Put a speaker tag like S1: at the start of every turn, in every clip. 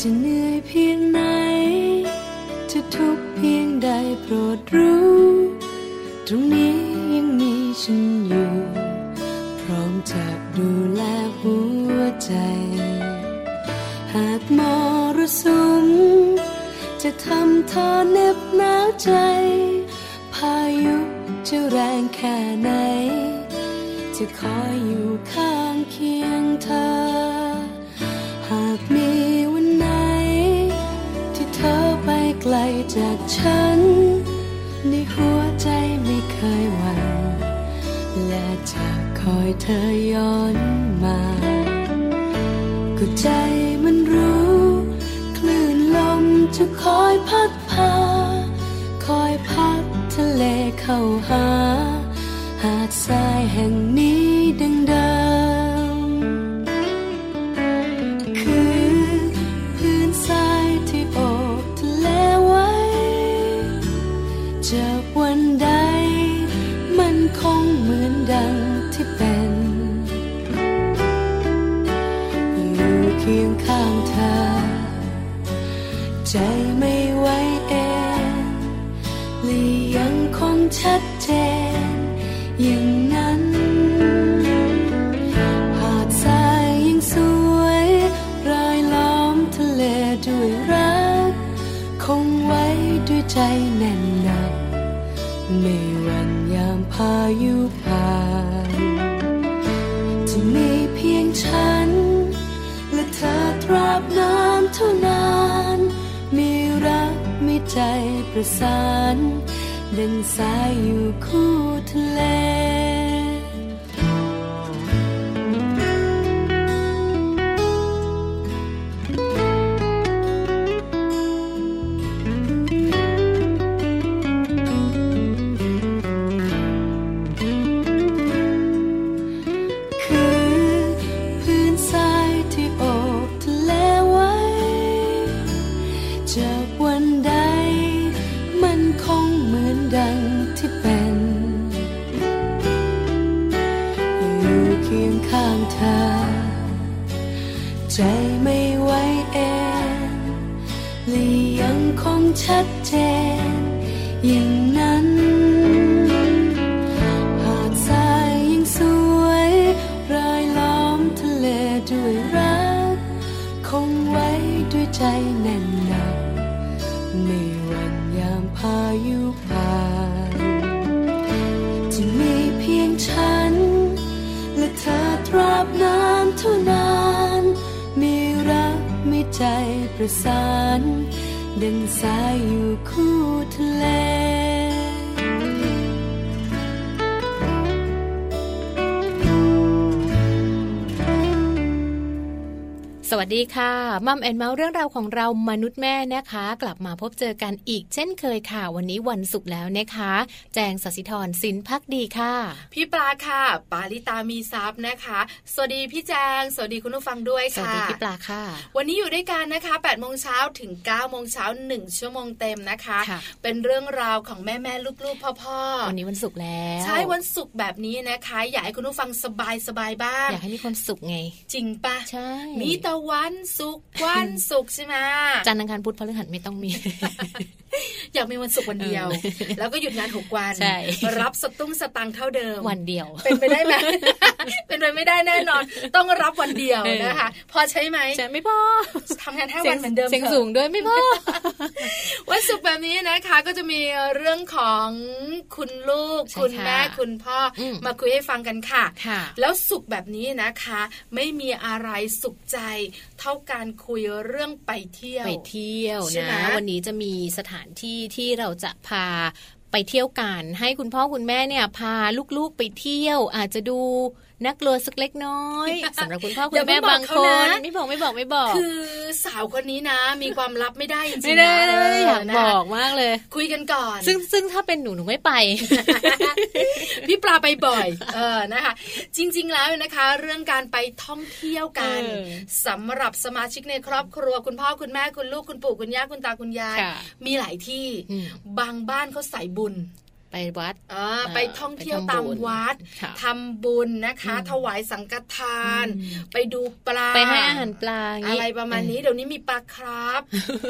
S1: จะเหนื่อยเพียงไหน จะทุกข์เพียงใดโปรดรู้ ตรงนี้ยังมีฉันอยู่ พร้อมจะดูแลหัวใจ หากมรสุม จะทำเธอเหน็บหนาวใจ พายุจะแรงแค่ไหน จะคอยอยู่ข้างเคียงเธอ หากมีวันไหน ที่เธอไปไกลจากฉัน ในหัวใจไม่เคยหวั่นและจะคอยเธอย้อนมา ก็ใจมันรู้ คลื่นลมจะคอยพัดพา คอยพัดทะเลเข้าหา หาดทรายแห่งนี้ดังเดิม คือพื้นทรายที่โอบทะเลไว้ จากวันใด มันคงเหมือนดังที่เป็น อยู่เคียงข้างเธอ ใจไม่ไหวเองและยังคงชัดเจน อย่างนั้น หาดทรายยังสวยรายล้อมทะเลด้วยรัก คงไว้ด้วยใจแน่นหนัก ไม่หวันยามพายุผ่าน จะมีเพียงฉัน และเธอตราบนานเท่านาน มีรักมีใจประสานดังสายอยู่คู่ทะเล คือพื้นทรายที่โอบทะเลไว้ จากวันใด มันคงเหมือนดังที่เป็น อยู่เคียงข้างเธอ ใจไม่ไหวเองและยังคงชัดเจน อย่างนั้น หาดทรายยังสวยรายล้อมทะเลด้วยรัก คงไว้ด้วยใจแน่นหนัก ไม่หวันยามพายุผ่าน จะมีเพียงฉัน และเธอตราบนานเท่านาน มีรักมีใจประสานดังสายอยู่คู่ทะเล
S2: สวัสดีค่ะมัมแอนเมาส์เรื่องราวของเรามนุษย์แม่นะคะ กลับมาพบเจอกันอีกเช่นเคยค่ะ วันนี้วันศุกร์แล้วนะคะ แจงสศิธรสินพักดีค่ะ
S3: พี่ปลาค่ะ ปาลิตามีซับนะคะ สวัสดีพี่แจง สวัสดีคุณผู้ฟังด้วย
S2: สวัส
S3: ค่ะ
S2: ดีพี่ปลาค่ะ
S3: วันนี้อยู่ด้วยกันนะคะ8โมงเช้าถึง9โมงเช้า1ชั่วโมงเต็มนะคะ
S2: ค่ะ
S3: เป็นเรื่องราวของแม่แม่ๆลูกๆพ่อพ่อๆ
S2: วันนี้วันศุกร์แล้ว
S3: ใช่วันศุกร์แบบนี้นะคะ อยากให้คุณผู้ฟังสบายสบายๆบ้าง
S2: อยากให้มีความสุขไง
S3: จริงปะ
S2: ใช่
S3: มีแต่วันศุกร์วันศุกร์ใช่ไหม
S2: จันทร์อังคารพุธพฤหัสไม่ต้องมี
S3: อยากมีวันศุกร์วันเดียว
S2: เออ
S3: แล้วก็หยุดงานหกวัน
S2: ใช่
S3: รับสตุ้งสตังค์เท่าเดิม
S2: วันเดียว
S3: เป็นไปได้ไหม เป็นไปไม่ได้แน่นอน ต้องรับวันเดียว
S2: เออ
S3: นะคะ พอใช่ไหม
S2: ใช่ไม่พอ
S3: ทำงานห้าวันเหมือนเดิม
S2: เสียง
S3: ถอะ
S2: สูงด้วยไม่พอ
S3: วันศุกร์แบบนี้นะคะ ก็จะมีเรื่องของคุณลูก
S2: ใช่
S3: คุณ
S2: ค่ะ
S3: แม่คุณพ่ออ
S2: ม
S3: มาคุยให้ฟังกันค่ะ
S2: ค่ะ
S3: แล้วสุขแบบนี้นะคะ ไม่มีอะไรสุขใจ เท่าการคุยเรื่องไปเที่ยว
S2: ไปเที่ยว
S3: ใช่ไหม
S2: นะวันนี้จะมีสถานที่ที่เราจะพาไปเที่ยวกันให้คุณพ่อคุณแม่เนี่ยพาลูกๆไปเที่ยว อาจจะดู น่ากลัวสักเล็กน้ อยสำหรับคุณพ่อคุ
S3: อย่า
S2: ณ
S3: เพิ่
S2: แม่
S3: งบอก
S2: บาง
S3: เขา
S2: ค
S3: นะ
S2: นไม่บอกไม่บอกไม่บอก
S3: คือสาวคนนี้นะ มีความลับไม่ได้จริ
S2: ไม่
S3: งๆ
S2: ได้
S3: นะ
S2: ไม่ได้อยาก
S3: เนะ
S2: บอกมากเลย
S3: คุยกันก่อน
S2: ซึ่งซึ่งถ้าเป็นหนูหนูไม่ไป
S3: พี่ปลาไปบ่อย เออนะคะ จริง ๆ แล้วนะคะ เรื่องการไปท่องเที่ยวกัน
S2: เออ
S3: สำหรับสมาชิกในครอบครัวคุณพ่อคุณแม่คุณลูกคุณปู่คุณย่าคุณตาคุณยาย
S2: ค่ะ
S3: มีหลายที่
S2: อืม
S3: บางบ้านเขาใส่บุญ
S2: ไปวัด
S3: เออไปท่องเที่ยว
S2: ไปทำ
S3: ตาม
S2: บุญ
S3: วัด
S2: ค่ะ
S3: ทำบุญนะคะ
S2: อืม
S3: ถวายสังฆทาน ไปดูปลา
S2: ไปให้อาหารปลาย่ง
S3: อะ
S2: งี้
S3: ไรประมาณนี้เดี๋ยวนี้มีปลาครับ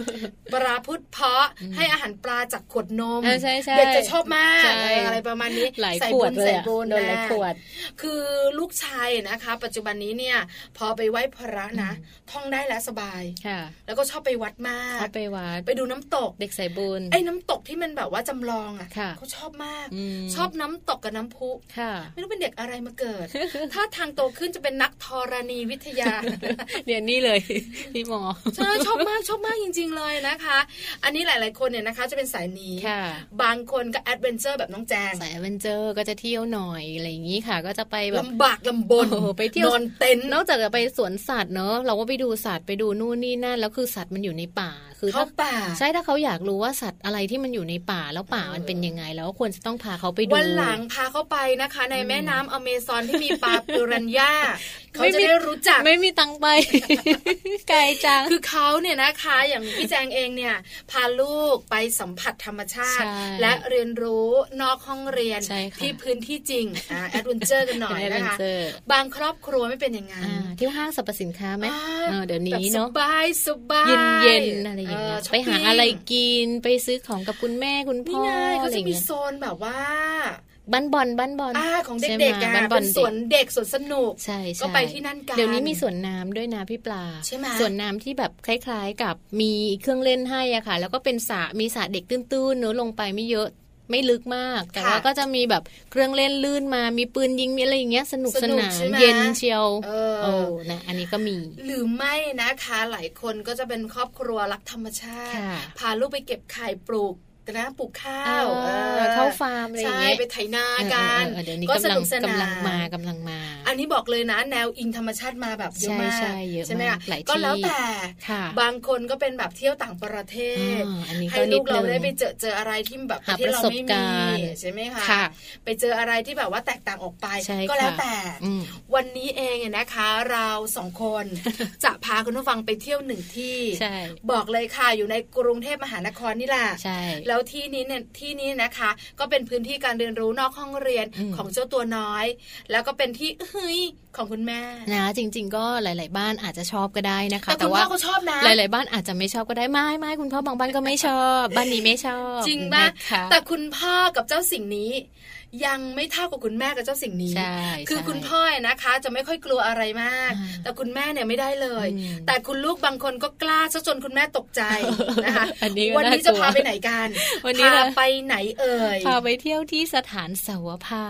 S3: ปลาพุทธเพาะให้อาหารปลาจากขวดนม
S2: เออใช่ใช่
S3: เด็กจะชอบมาก
S2: ใช่
S3: เอออะไรประมาณนี้
S2: หลาย
S3: ใส่
S2: ขวด
S3: บุญ
S2: เลย
S3: ใส่
S2: อะ
S3: บุญ
S2: โดนหลาย
S3: อ่ะ
S2: ขวด
S3: คือลูกชายนะคะ ปัจจุบันนี้เนี่ย พอไปไหว้พระนะ ท่องได้แล้วสบาย
S2: ค่ะ
S3: แล้วก็ชอบไปวัดมาก
S2: เขาไปวัด
S3: ไปดูน้ำตก
S2: เด็กใส่บุญ
S3: ไอ้น้ำตกที่มันแบบว่าจำลองอ่ะ
S2: ค่ะ
S3: เขาชอบมาก
S2: ม
S3: ชอบน้ำตกกับน้ำพุ
S2: ค่ะ
S3: ไม่รู้เป็นเด็กอะไรมาเกิด ถ้าทางโตขึ้นจะเป็นนักธรณีวิทยา
S2: เรียนนี่เลย พี่หมอ
S3: ใช่ชอบมากชอบมากจริง ๆ เลยนะคะ อันนี้หลาย ๆ คนเนี่ยนะคะ จะเป็นสายนี้
S2: ค่ะ
S3: บางคนก็แอดเวนเจอร์แบบน้องแจง
S2: สายแอดเวนเจอร์ก็จะเที่ยวหน่อยอะไรอย่างนี้ค่ะ ก็จะไปแบบ
S3: ลำบากลำบน
S2: โอ้โหไปเที่ยว
S3: นอนเต็นท์
S2: นอกจากจะไปสวนสัตว์เนอะเราก็ไปดูสัตว์ไปดูนู่นนี่นั่นแล้วคือสัตว์มันอยู่ในป่า คือถ้
S3: เข้าป่า
S2: ใช่ถ้าเขาอยากรู้ว่าสัตว์อะไรที่มันอยู่ในป่าแล้วป่ามันเป็นยังไง แล้วก็ควรจะต้องพาเขาไปดู
S3: วันหลังพาเขาไปนะคะ ในแม่น้ำอเมซอนที่มีปลาปิรัน ย่าเขา
S2: ไม่
S3: จะ
S2: มี
S3: ได้รู้จัก
S2: ไม่มีตังค์ไป ไกลจัง
S3: คือเขาเนี่ยนะคะอย่างพี่แจงเองเนี่ย พาลูกไปสัมผัสธรรมชาติ
S2: ใช่
S3: และเรียนรู้นอกห้องเรียน
S2: ใช่ค่ะ
S3: ที่พื้นที่จริงแอดเวนเจอร์กันหน่อย
S2: แอดเว
S3: นะ
S2: น
S3: คะ
S2: เจอร์
S3: บางครอบครัวไม่เป็นอย่างนั้น
S2: อ่าเที่ยวห้างสรรพสินค้าไหม
S3: อ่า
S2: เออเดี๋ยวนี้
S3: แบบ
S2: เนาะ
S3: สบายสบาย
S2: เย็นเย็นๆอะไรอย่างเงี้ย
S3: ช้
S2: ไป
S3: ปปิ้
S2: หาอะไรกินไปซื้อของกับคุณแม่คุณ
S3: นี่
S2: พ่อ
S3: ไงเขา
S2: อะไร
S3: จะมี
S2: เงี้ย
S3: โซนแบบว่า
S2: บ้านบอลบ้านบอล
S3: อ่าของ
S2: ใช่ไหม
S3: เด็กๆอะ
S2: บ้านบอ
S3: เป็
S2: ล
S3: นส
S2: เด็
S3: ว
S2: ก
S3: นเด็กสวนสนุก
S2: ใช่ใช่
S3: ก็ไปที่นั่นกัน
S2: เดี๋ยวนี้มีสวนน้ำด้วยนะพี่ปลา
S3: ใช่ไหม
S2: สวนน้ำที่แบบคล้าย ๆ กับมีเครื่องเล่นให้อะค่ะ แล้วก็เป็นสระมีสระเด็กตื้นๆเนื้อะลงไปไม่เยอะไม่ลึกมาก แต่ว่าก็จะมีแบบเครื่องเล่นลื่นมามีปืนยิงมีอะไรอย่างเงี้ยสนุกสนาน
S3: ใช่ไหม
S2: เย็นเชียว
S3: เอ
S2: โอ้
S3: อ
S2: นะอันนี้ก็มี
S3: หรือไม่นะคะ หลายคนก็จะเป็นครอบครัวรักธรรมชาติ
S2: ค่ะ
S3: พาลูกไปเก็บไข่ปลูกนะปลูกข้า
S2: เอ
S3: ว
S2: อเข้าฟาร์มอะไรอย่า
S3: ใช่
S2: งเงี้ย
S3: ไปไถนากัน
S2: เออเออเออเดี๋ยวนี้
S3: ก็
S2: กำลัง
S3: สนุ
S2: กำ
S3: สน
S2: ลัง
S3: น
S2: มากำลังมา
S3: อันนี้บอกเลยนะ แนวอิงธรรมชาติมาแบบเยอะมาก
S2: ใช่ใช่เยอะมาก
S3: ไหมคะ
S2: หลายที่
S3: ก็แล้วแต่
S2: ค่ะ
S3: บางคนก็เป็นแบบเที่ยวต่างประเทศ
S2: อ่าอันนี้
S3: ให้
S2: ก็นิ
S3: ลู
S2: ด
S3: กเรา
S2: นึง
S3: ได้ไปเจอเจออะไรที่แบบ
S2: หา
S3: ที่เรา
S2: ประส
S3: ไม่
S2: บก
S3: มี
S2: ารณ์
S3: ใช่ไหมคะ
S2: ค่ะ
S3: ไปเจออะไรที่แบบว่าแตกต่างออกไป
S2: ใช่
S3: ก็แล้ว
S2: ค่ะ
S3: แต่
S2: อืม
S3: วันนี้เองเนี่ยนะคะ เราสองคน จะพาคุณผู้ฟังไปเที่ยวหนึ่งที่
S2: ใช่
S3: บอกเลยค่ะอยู่ในกรุงเทพมหานครนี่แหละ
S2: ใช่
S3: แล้วที่นี้เนี่ยที่นี้นะคะ ก็เป็นพื้นที่การเรียนรู้นอกห้องเรียน
S2: อืม
S3: ของเจ้าตัวน้อย แล้วก็เป็นที่เฮ้ยของคุณแม่
S2: นะจริง ๆ ก็หลาย ๆ บ้านอาจจะชอบก็ได้นะคะ
S3: แต่
S2: แต่
S3: คุณ
S2: ว่า
S3: พ่อเขาชอบนะ
S2: หลาย ๆ บ้านอาจจะไม่ชอบก็ได้ไม่ไม่คุณพ่อบางบ้านก็ไม่ช อบบ้านนี้ไม่ชอบ
S3: จริง
S2: น
S3: ปะ
S2: ค
S3: แต่คุณพ่อกับเจ้าสิ่งนี้ ยังไม่เท่ากับคุณแม่กับเจ้าสิ่งนี้
S2: ใช่
S3: คือ
S2: ใช่
S3: คุณพ่อเนี่ยนะคะ จะไม่ค่อยกลัวอะไรมาก
S2: อ่า
S3: แต่คุณแม่เนี่ยไม่ได้เลย
S2: อืม
S3: แต่คุณลูกบางคนก็กล้าซะจนคุณแม่ตกใจนะคะ
S2: อันนี้ก็
S3: วันี้จะพาไปไหนกัน
S2: วันนี้
S3: พา
S2: นะ
S3: ไปไหนเอ่ย
S2: พาไปเที่ยวที่สถานเสาวภา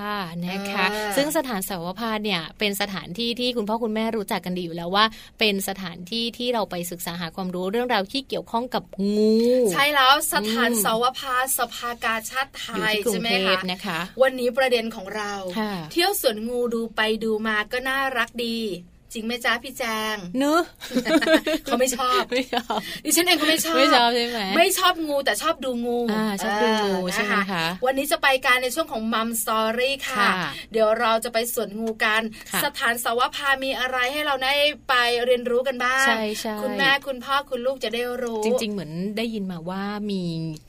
S2: นะคะ
S3: อ่า
S2: ซึ่งสถานเสาวภาเนี่ยเป็นสถานที่ที่คุณพ่อคุณแม่รู้จักกันดีอยู่แล้วว่า เป็นสถานที่ที่เราไปศึกษาหาความรู้เรื่องราวที่เกี่ยวข้องกับงู
S3: ใช่แล้วสถาน
S2: อืม
S3: เสาวภาสภากาชาติไท
S2: อยู่ที่ก
S3: ย
S2: รุ
S3: ใช่
S2: ง
S3: ไหม
S2: เทพ
S3: คะ
S2: นะคะ
S3: วันนี้ประเด็นของเรา
S2: ค่ะ
S3: เที่ยวสวนงูดูไปดูมาก็น่ารักดี จริงไหมจ๊ะพี่แจ ง
S2: เนื้อะ
S3: เขาไม่ชอบ
S2: ไม่ชอบ
S3: ดิฉันเองก็ไม่ชอบ
S2: ไม่ชอบใช่ไหม
S3: ไม่ชอบงูแต่ชอบดูงู
S2: อ่าชอบดูงู
S3: เออ
S2: ใช่ไหม
S3: น
S2: คะ
S3: วันนี้จะไปการในช่วงของมัมสตอรี่ค่ะ
S2: ค่ะ
S3: เดี๋ยวเราจะไปสวนงูกัน
S2: ค่ะ
S3: สถานสาวพามีอะไรให้เราได้ไปเรียนรู้กันบ้าง
S2: ใช่ใช่
S3: คุณแม่คุณพ่อคุณลูกจะได้รู้
S2: จริง ๆ เหมือนได้ยินมาว่ามี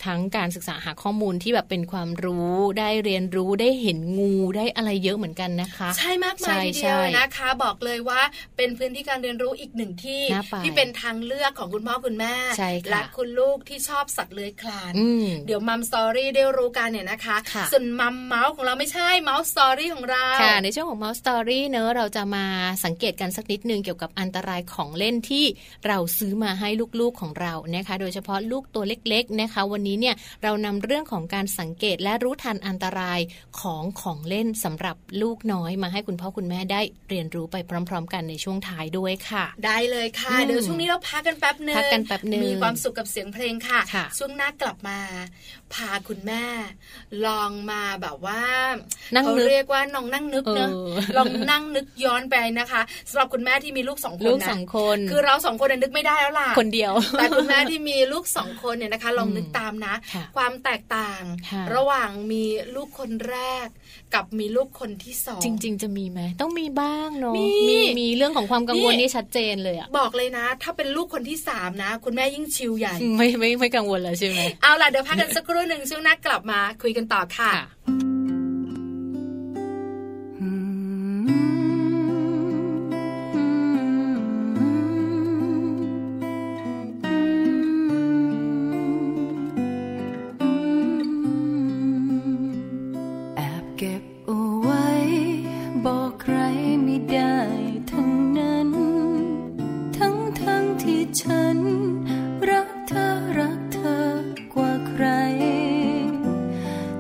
S2: ทั้งการศึกษาหาข้อมูลที่แบบเป็นความรู้ได้เรียนรู้ได้เห็นงูได้อะไรเยอะเหมือนกันนะคะ
S3: ใช่มาก
S2: ใช่
S3: มายทีเดียว
S2: ใช่
S3: นะคะ บอกเลยว่าเป็นพื้นที่การเรียนรู้อีกหนึ่งที่
S2: น่าไป
S3: ที่เป็นทางเลือกของคุณพ่อคุณแม่
S2: ใช่ค่ะ
S3: และคุณลูกที่ชอบสัตว์เลื้อยคลาน
S2: อืม
S3: เดี๋ยวมัมสตอรี่ได้รู้กันเนี่ยนะคะ
S2: ค่ะ
S3: ส่วนมัมเมาส์ของเราไม่ใช่เมาส์สตอรี่ของเรา
S2: ค่ะ ในช่วงของ Mouse Story เนอะเราจะมาสังเกตกันสักนิดนึงเกี่ยวกับอันตรายของเล่นที่เราซื้อมาให้ลูกๆของเรานะคะ โดยเฉพาะลูกตัวเล็กๆนะคะ วันนี้เนี่ยเรานำเรื่องของการสังเกตและรู้ทันอันตรายของของเล่นสำหรับลูกน้อยมาให้คุณพ่อคุณแม่ได้เรียนรู้ไปพร้อม ๆ กัน กันในช่วงท้ายด้วยค่ะ
S3: ได้เลยค่ะ
S2: อืม
S3: เดี๋ยวช่วงนี้เราพักกันแป๊บหนึ่ง
S2: พักกันแป๊บหนึ่ง
S3: มีความสุขกับเสียงเพลงค่ะ
S2: ค่ะ
S3: ช่วงหน้ากลับมา พาคุณแม่ ลองมาแบบว่า
S2: นั่ง
S3: เขา
S2: นึก
S3: เรียกว่าน้องนั่งนึกเนอะ
S2: เออ
S3: ลองนั่งนึกย้อนไปนะคะสำหรับคุณแม่ที่มีลูกสองคน
S2: ลูก
S3: นะ
S2: สองคน
S3: คือเราสองคนนะนึกไม่ได้แล้วล่ะ
S2: คนเดียว
S3: แต่คุณแม่ที่มีลูกสองคนเนี่ยนะคะ ลองนึกตามนะ
S2: ค่ะ
S3: ความแตกต่าง
S2: ค่ะ
S3: ระหว่างมีลูกคนแรก กับมีลูกคนที่สอง
S2: จริง ๆ จะมีไหมต้องมีบ้างเนาะ
S3: มี
S2: มีเรื่องของความกังวล
S3: นี่
S2: นี่ชัดเจนเลยอะ
S3: บอกเลยนะ ถ้าเป็นลูกคนที่สามนะ คุณแม่ยิ่งชิลใหญ่
S2: ไม่ไม่ไม่กังวลแล้วใช่ไหม
S3: เอาล่ะ เดี๋ยวพักกันสักครู่หนึ่งช่วงหน้ากลับมาคุยกันต่อค่ะ
S1: แอบเก็บเอาไว้ บอกใครไม่ได้ทั้งนั้น ทั้งทั้งที่ฉัน รักเธอรักเธอกว่าใคร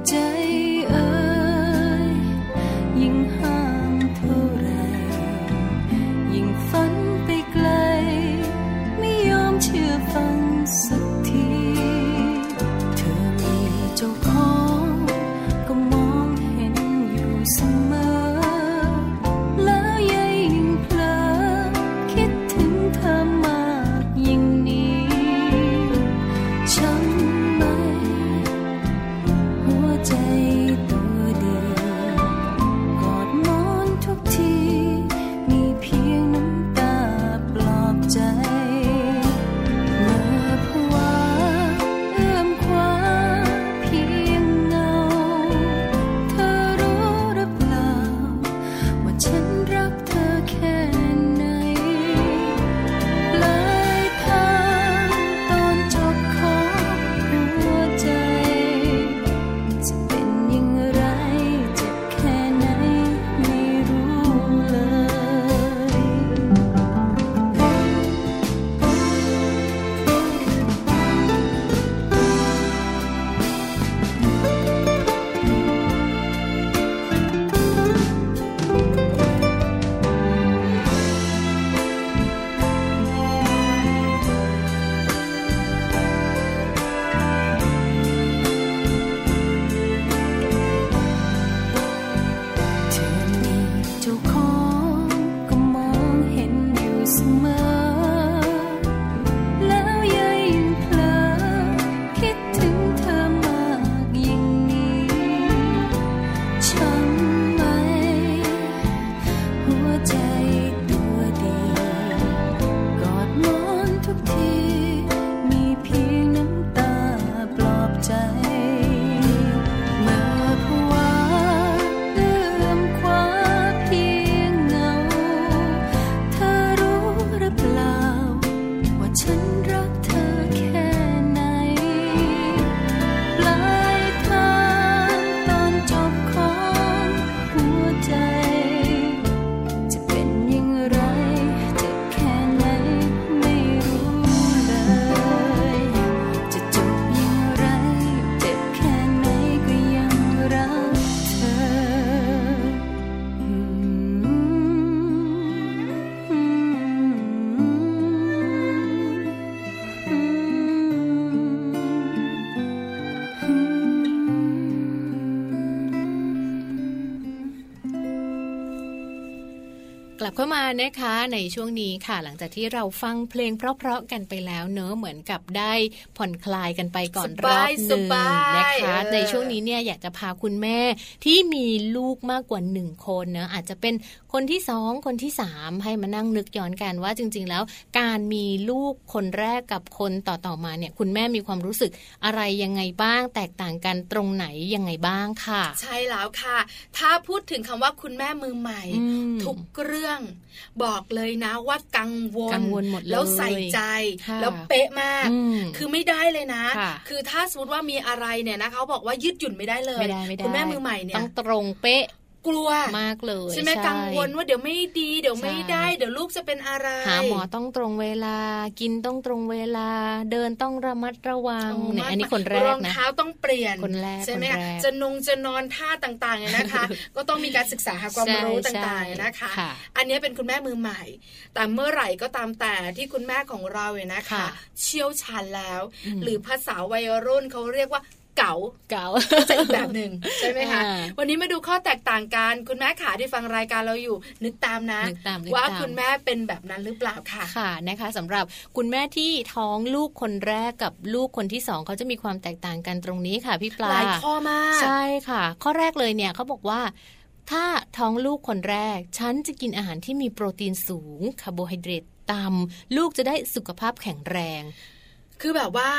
S1: ใจเอ่ยยิ่งห้ามเท่าไหรยิ่งฝันไปไกล ไม่ยอมเชื่อฟังสักที เธอมีเจ้าของ ก็มองเห็นอยู่เสมอ แล้วยิ่งเพลอคิดถึงเธอมากยิ่งนี้ช้ำไหม หัวใจตัวเดียวกอดหมอนทุกที มีเพียงน้ำตาปลอบใจ เมื่อผวาเอื้อมคว้าเพียงเงา เธอรู้หรือเปล่า ว่าฉันรักเธอแค่ไหน ปลายทางตอนจบของหัวใจ จะเป็นอย่างไรจะแค่ไหนไม่รู้เลย เธอมีเจ้าของก็มองเห็นอยู่เสมอ แล้วยังเพลอคิดถึงเธอมากยิ่งนี้ช้ำไหม หัวใจตัวเดียวกอดหมอนทุกที มีเพียงน้ำตาปลอบใจ เมื่อผวาเอื้อมคว้าเพียงเงา เธอรู้หรือเปล่า ว่าฉันรักเธอแค่ไหน ปลายทางตอนจบของหัวใจ จะเป็นอย่างไร จะแค่ไหนไม่รู้เลย จะจบอย่างไร เจ็บแค่ไหนก็ยังรักเธอ
S2: กลับเข้ามานะคะในช่วงนี้ค่ะ หลังจากที่เราฟังเพลงเพราะๆกันไปแล้วเนอะเหมือนกับได้ผ่อนคลายกันไปก่อน
S3: ส
S2: รอ
S3: บบา
S2: บ
S3: ย
S2: หนึ่ง
S3: สบาย
S2: นะคะ
S3: เออ
S2: ในช่วงนี้เนี่ยอยากจะพาคุณแม่ที่มีลูกมากกว่าหนึ่งคนเนอะอาจจะเป็นคนที่สองคนที่สามให้มานั่งนึกย้อนกันว่าจริง ๆ แล้ว การมีลูกคนแรกกับคนต่อๆมาเนี่ย คุณแม่มีความรู้สึกอะไรยังไงบ้าง แตกต่างกันตรงไหนยังไงบ้างค่ะ
S3: ใช่แล้วค่ะ ถ้าพูดถึงคำว่าคุณแม่มือใหม่
S2: อืม
S3: ทุกเรื่อง บอกเลยนะว่ากังวล
S2: กังวลหมดเลย
S3: แล้วใส่ใจ
S2: ค่ะ
S3: แล้วเป๊ะมาก
S2: อืม
S3: คือไม่ได้เลยนะ
S2: ค่ะ
S3: อถ้าสมมติว่ามีอะไรเนี่ยนะเขาบอกว่ายืดหยุ่นไม่ได้เลย
S2: ไม่ได้ไม่ได้
S3: คุณแม่มือใหม่เนี่
S2: ต้
S3: ย
S2: องตรงเป๊ะ
S3: กลัว
S2: มากเลย
S3: ใช่ไหมกังวลว่าเดี๋ยวไม่ดีเดี๋ยวไม่ได้ เดี๋ยวลูกจะเป็นอะไร
S2: หาหมอต้องตรงเวลา กินต้องตรงเวลา เดินต้องระมัดระวัง
S3: โ
S2: เนี่ยอันนี้
S3: มาก
S2: คนแร
S3: ร
S2: ก
S3: อง
S2: นะ
S3: เท้าต้องเปลี่ยน
S2: คนแรก
S3: ใช่ไหม
S2: คน
S3: คะ
S2: แรก
S3: จะนงจะนอนท่าต่างๆเนี่ยนะคะ ก็ต้องมีการศึกษาหาความ
S2: ใช่
S3: รู้
S2: ใช่
S3: ต่างๆนะคะ
S2: ค่ะ
S3: อันนี้เป็นคุณแม่มือใหม่ แต่เมื่อไหร่ก็ตามแต่ที่คุณแม่ของเราเนี่ยนะคะ
S2: ค่ะ
S3: เชี่ยวชาญแล้ว
S2: อืม
S3: หรือภาษาวัยรุ่นเขาเรียกว่าเก๋า
S2: เก่า
S3: ก็จะอีกแบบหนึ่ งใช่ไหมคะ
S2: อ่า
S3: วันนี้มาดูข้อแตกต่างกันคุณแม่ขาที่ฟังรายการเราอยู่ นึกตามนะ
S2: นึกตามนึก
S3: ว่า
S2: ตาม
S3: คุณแม่เป็นแบบนั้นหรือเปล่าค่ะ
S2: ค่ะนะคะสำหรับคุณแม่ที่ท้องลูกคนแรกกับลูกคนที่สองเขาจะมีความแตกต่างกันตรงนี้ค่ะพี่ปลา
S3: หลายข้อมาก
S2: ใช่ค่ะ ข้อแรกเลยเนี่ยเขาบอกว่า ถ้าท้องลูกคนแรก ฉันจะกินอาหารที่มีโปรตีนสูงคาร์โบไฮเดรตต่ำลูกจะได้สุขภาพแข็งแรง
S3: คือแบบว่า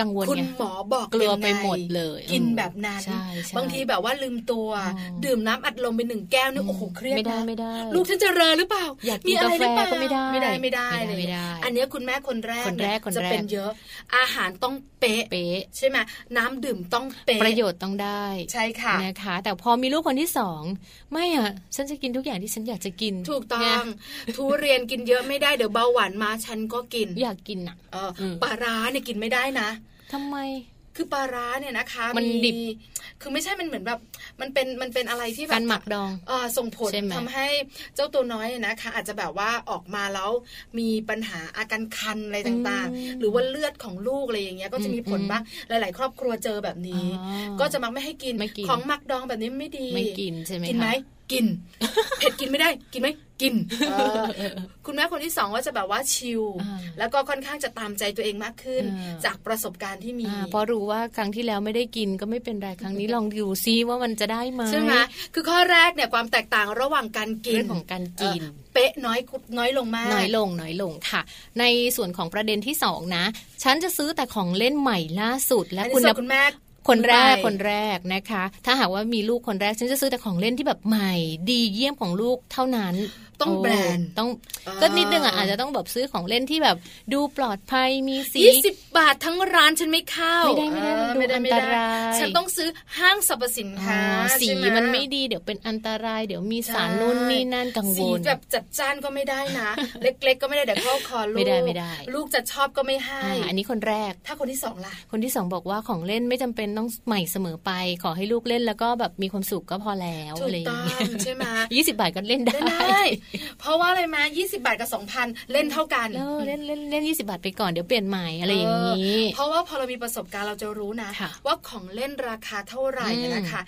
S2: กังวล
S3: คุณ
S2: ไง
S3: หมอบอก
S2: กลัว
S3: ยังง
S2: ไปหมดเลย
S3: กิน
S2: อืม
S3: แบบนั้น
S2: ใช่ใช่
S3: บางทีแบบว่าลืมตัว
S2: อ๋อ
S3: ดื่มน้ำอัดลมไปหนึ่งแก้วนี่โอ้โหเครียด
S2: ไม่ได้
S3: นะ
S2: ไม่ได้
S3: ลูกฉันจะเรอหรือเปล่า
S2: อยากกิน
S3: มีอะไรหรือเปล่า
S2: ก็ไม่ได้
S3: ไม่ได้ไม่ได้
S2: ไม่ได้ไม่ได้
S3: อันเนี้ยคุณแม่คนแรก
S2: คนแรกคนแรก
S3: จะเป็นเยอะ อาหารต้องเป๊ะ
S2: เป๊ะ
S3: ใช่ไหมน้ำดื่มต้องเป๊ะ
S2: ประโยชน์ต้องได้
S3: ใช่ค่ะ
S2: นะคะ แต่พอมีลูกคนที่สองไม่อะฉันจะกินทุกอย่างที่ฉันอยากจะกิน
S3: ถูกต้อ
S2: ไ
S3: ง ทุเรียนกินเยอะไม่ได้เดี๋ยวเบาหวานมาฉันก็กิน
S2: อยากกินอะ
S3: เอออ
S2: ม
S3: ปลาร้าเนี่ยกินไม่ได้นะ
S2: ทำไม
S3: คือปลาร้าเนี่ยนะคะ
S2: มันดิบ
S3: คือไม่ใช่มันเหมือนแบบมันเป็นมันเป็นอะไรที่แบบ
S2: การหมักดอง
S3: เอ่อส่งผล
S2: ใช่ไหม
S3: ทำให้เจ้าตัวน้อยเนี่ยนะคะ อาจจะแบบว่าออกมาแล้วมีปัญหาอาการคันอะไรต่าง
S2: อืม
S3: ๆ หรือว่าเลือดของลูกอะไรอย่างเงี้ยก็จะมีผล
S2: อืม
S3: บ้างหลาย ๆ ครอบครัวเจอแบบนี้
S2: อ๋อ
S3: ก็จะมักไม่ให้กิน
S2: ไม่กิน
S3: ของหมักดองแบบนี้ไม่ดี
S2: ไม่กินใช่ไหม
S3: กินไหม
S2: คะ
S3: กิน เผ็ดกินไม่ได้กินไหมกินเออคุณแม่คนที่สองก็จะแบบว่าชิล
S2: อ่า
S3: แล้วก็ค่อนข้างจะตามใจตัวเองมากขึ้น
S2: อ่า
S3: จากประสบการณ์ที่มี
S2: อ่าพอรู้ว่าครั้งที่แล้วไม่ได้กินก็ไม่เป็นไรครั้งนี้ลองดูซิว่ามันจะได้ไหม
S3: ใช่ไหมคือข้อแรกเนี่ยความแตกต่างระหว่างการกิน
S2: เรื่องของการกิน
S3: เออเป๊ะน้อยน้อยลงมาก
S2: น้อยลงน้อยลงค่ะ ในส่วนของประเด็นที่สองนะ ฉันจะซื้อแต่ของเล่นใหม่ล่าสุด และ
S3: อันนี้
S2: คุณ
S3: ส่วนคุณแม่
S2: คนแรก
S3: ณ
S2: คนแรกนะคะ ถ้าหากว่ามีลูกคนแรก ฉันจะซื้อแต่ของเล่นที่แบบใหม่ ดีเยี่ยมของลูกเท่านั้น
S3: ต้อง
S2: โ
S3: แบรนด์
S2: ต้อง
S3: อ่า
S2: ก็นิดนึงอ่ะอาจจะต้องแบบซื้อของเล่นที่แบบ ดูปลอดภัยมีสี
S3: ยี่สิบบาททั้งร้านฉันไม่เข้า
S2: ไม่ได้ไม่ได้
S3: เออ
S2: มันดูอันตราย
S3: ฉันต้องซื้อห้างสรรพสิน
S2: อ่า
S3: ค้า
S2: สี
S3: ใช่ห
S2: มันไม่ดีเดี๋ยวเป็นอันตราย เดี๋ยวมีสาร
S3: ใช่
S2: นู่นนี่นั่นกังวล
S3: สีแบบจัดจ้านก็ไม่ได้นะ เล็กๆ ก็ไม่ได้เดี๋ยวเข้าคอลูก
S2: ไม่ได้ไม่ได้
S3: ลูกจะชอบก็ไม่ให้
S2: อ่าอันนี้คนแรก
S3: ถ้าคนที่สองล่ะ
S2: คนที่สองบอกว่าของเล่นไม่จำเป็นต้องใหม่เสมอไป ขอให้ลูกเล่นแล้วก็แบบมีความสุขก็พอแล้ว
S3: ถู
S2: อะไร
S3: ก
S2: อย่า
S3: ต้
S2: ง
S3: อง
S2: เงี้ย
S3: ใช่ไหม
S2: ยี่สิบบาทก็เล่นได้
S3: ได้ เพราะว่าอะไรไหมยี่สิบาทกับสองพันเล่นเท่ากัน
S2: เออเล่นเล่นเล่นยี่สิบาทไปก่อนเดี๋ยวเปลี่ยนใหม่อะไรอย่างนี้
S3: เออเพราะว่าพอเรามีประสบการณ์เราจะรู้นะ
S2: ค่ะ
S3: ว่าของเล่นราคาเท่าไหร่
S2: อืม
S3: นะคะ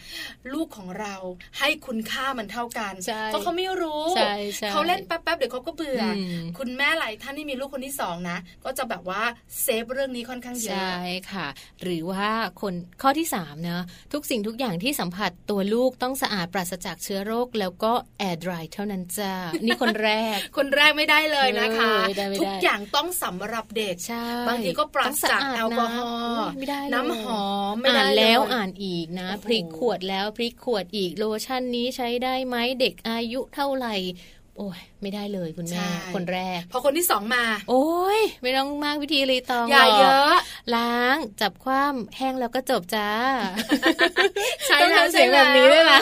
S3: ลูกของเราให้คุณค่ามันเท่ากัน
S2: ใช่
S3: เพราะเขาไม่รู้
S2: ใช่ใช่
S3: เขาเล่นแป๊บๆเดี๋ยวเขาก็เบื่ออ
S2: ม
S3: คุณแม่หลายท่านที่มีลูกคนที่สองนะก็จะแบบว่าเซฟเรื่องนี้ค่อนข้างเยอะ
S2: ใช่ค่ะ หรือว่าคนข้อที่3เนอะทุกสิ่งทุกอย่างที่สัมผัสตัวลูกต้องสะอาดปราศจากเชื้อโรค แล้วก็แอร์ดรายเท่านั้นจ้านี่คนแรก
S3: คนแรกไม่ได้เลยนะคะ
S2: ไม่ได้ไม่ได้
S3: ทุกอย่างต้องสำหรับเด็ก
S2: ใช่
S3: บางทีก็ปราศจากแอลกอฮอล์
S2: ไม่ได้เลย
S3: น้ำหอมไม่
S2: อ่า
S3: ได้
S2: นแล้ว
S3: เย
S2: อ่านอีกนะ
S3: โอ้โห
S2: พริกขวดแล้วพริกขวดอีกโลชั่นนี้ใช้ได้ไหมเด็กอายุเท่าไหร่ โอ้ยไม่ได้เลยคุณแม่ คนแรก
S3: พอคนที่สองมา
S2: โอ้ยไม่ต้องมากวิธีรีตอง
S3: อย่า
S2: หรก
S3: เยอะ
S2: ล้างจับคว่ำแห้งแล้วก็จบจ้า
S3: ใช้
S2: ต้อง
S3: แล้ว
S2: ทำเสียงแบบนี้ด้วยนะ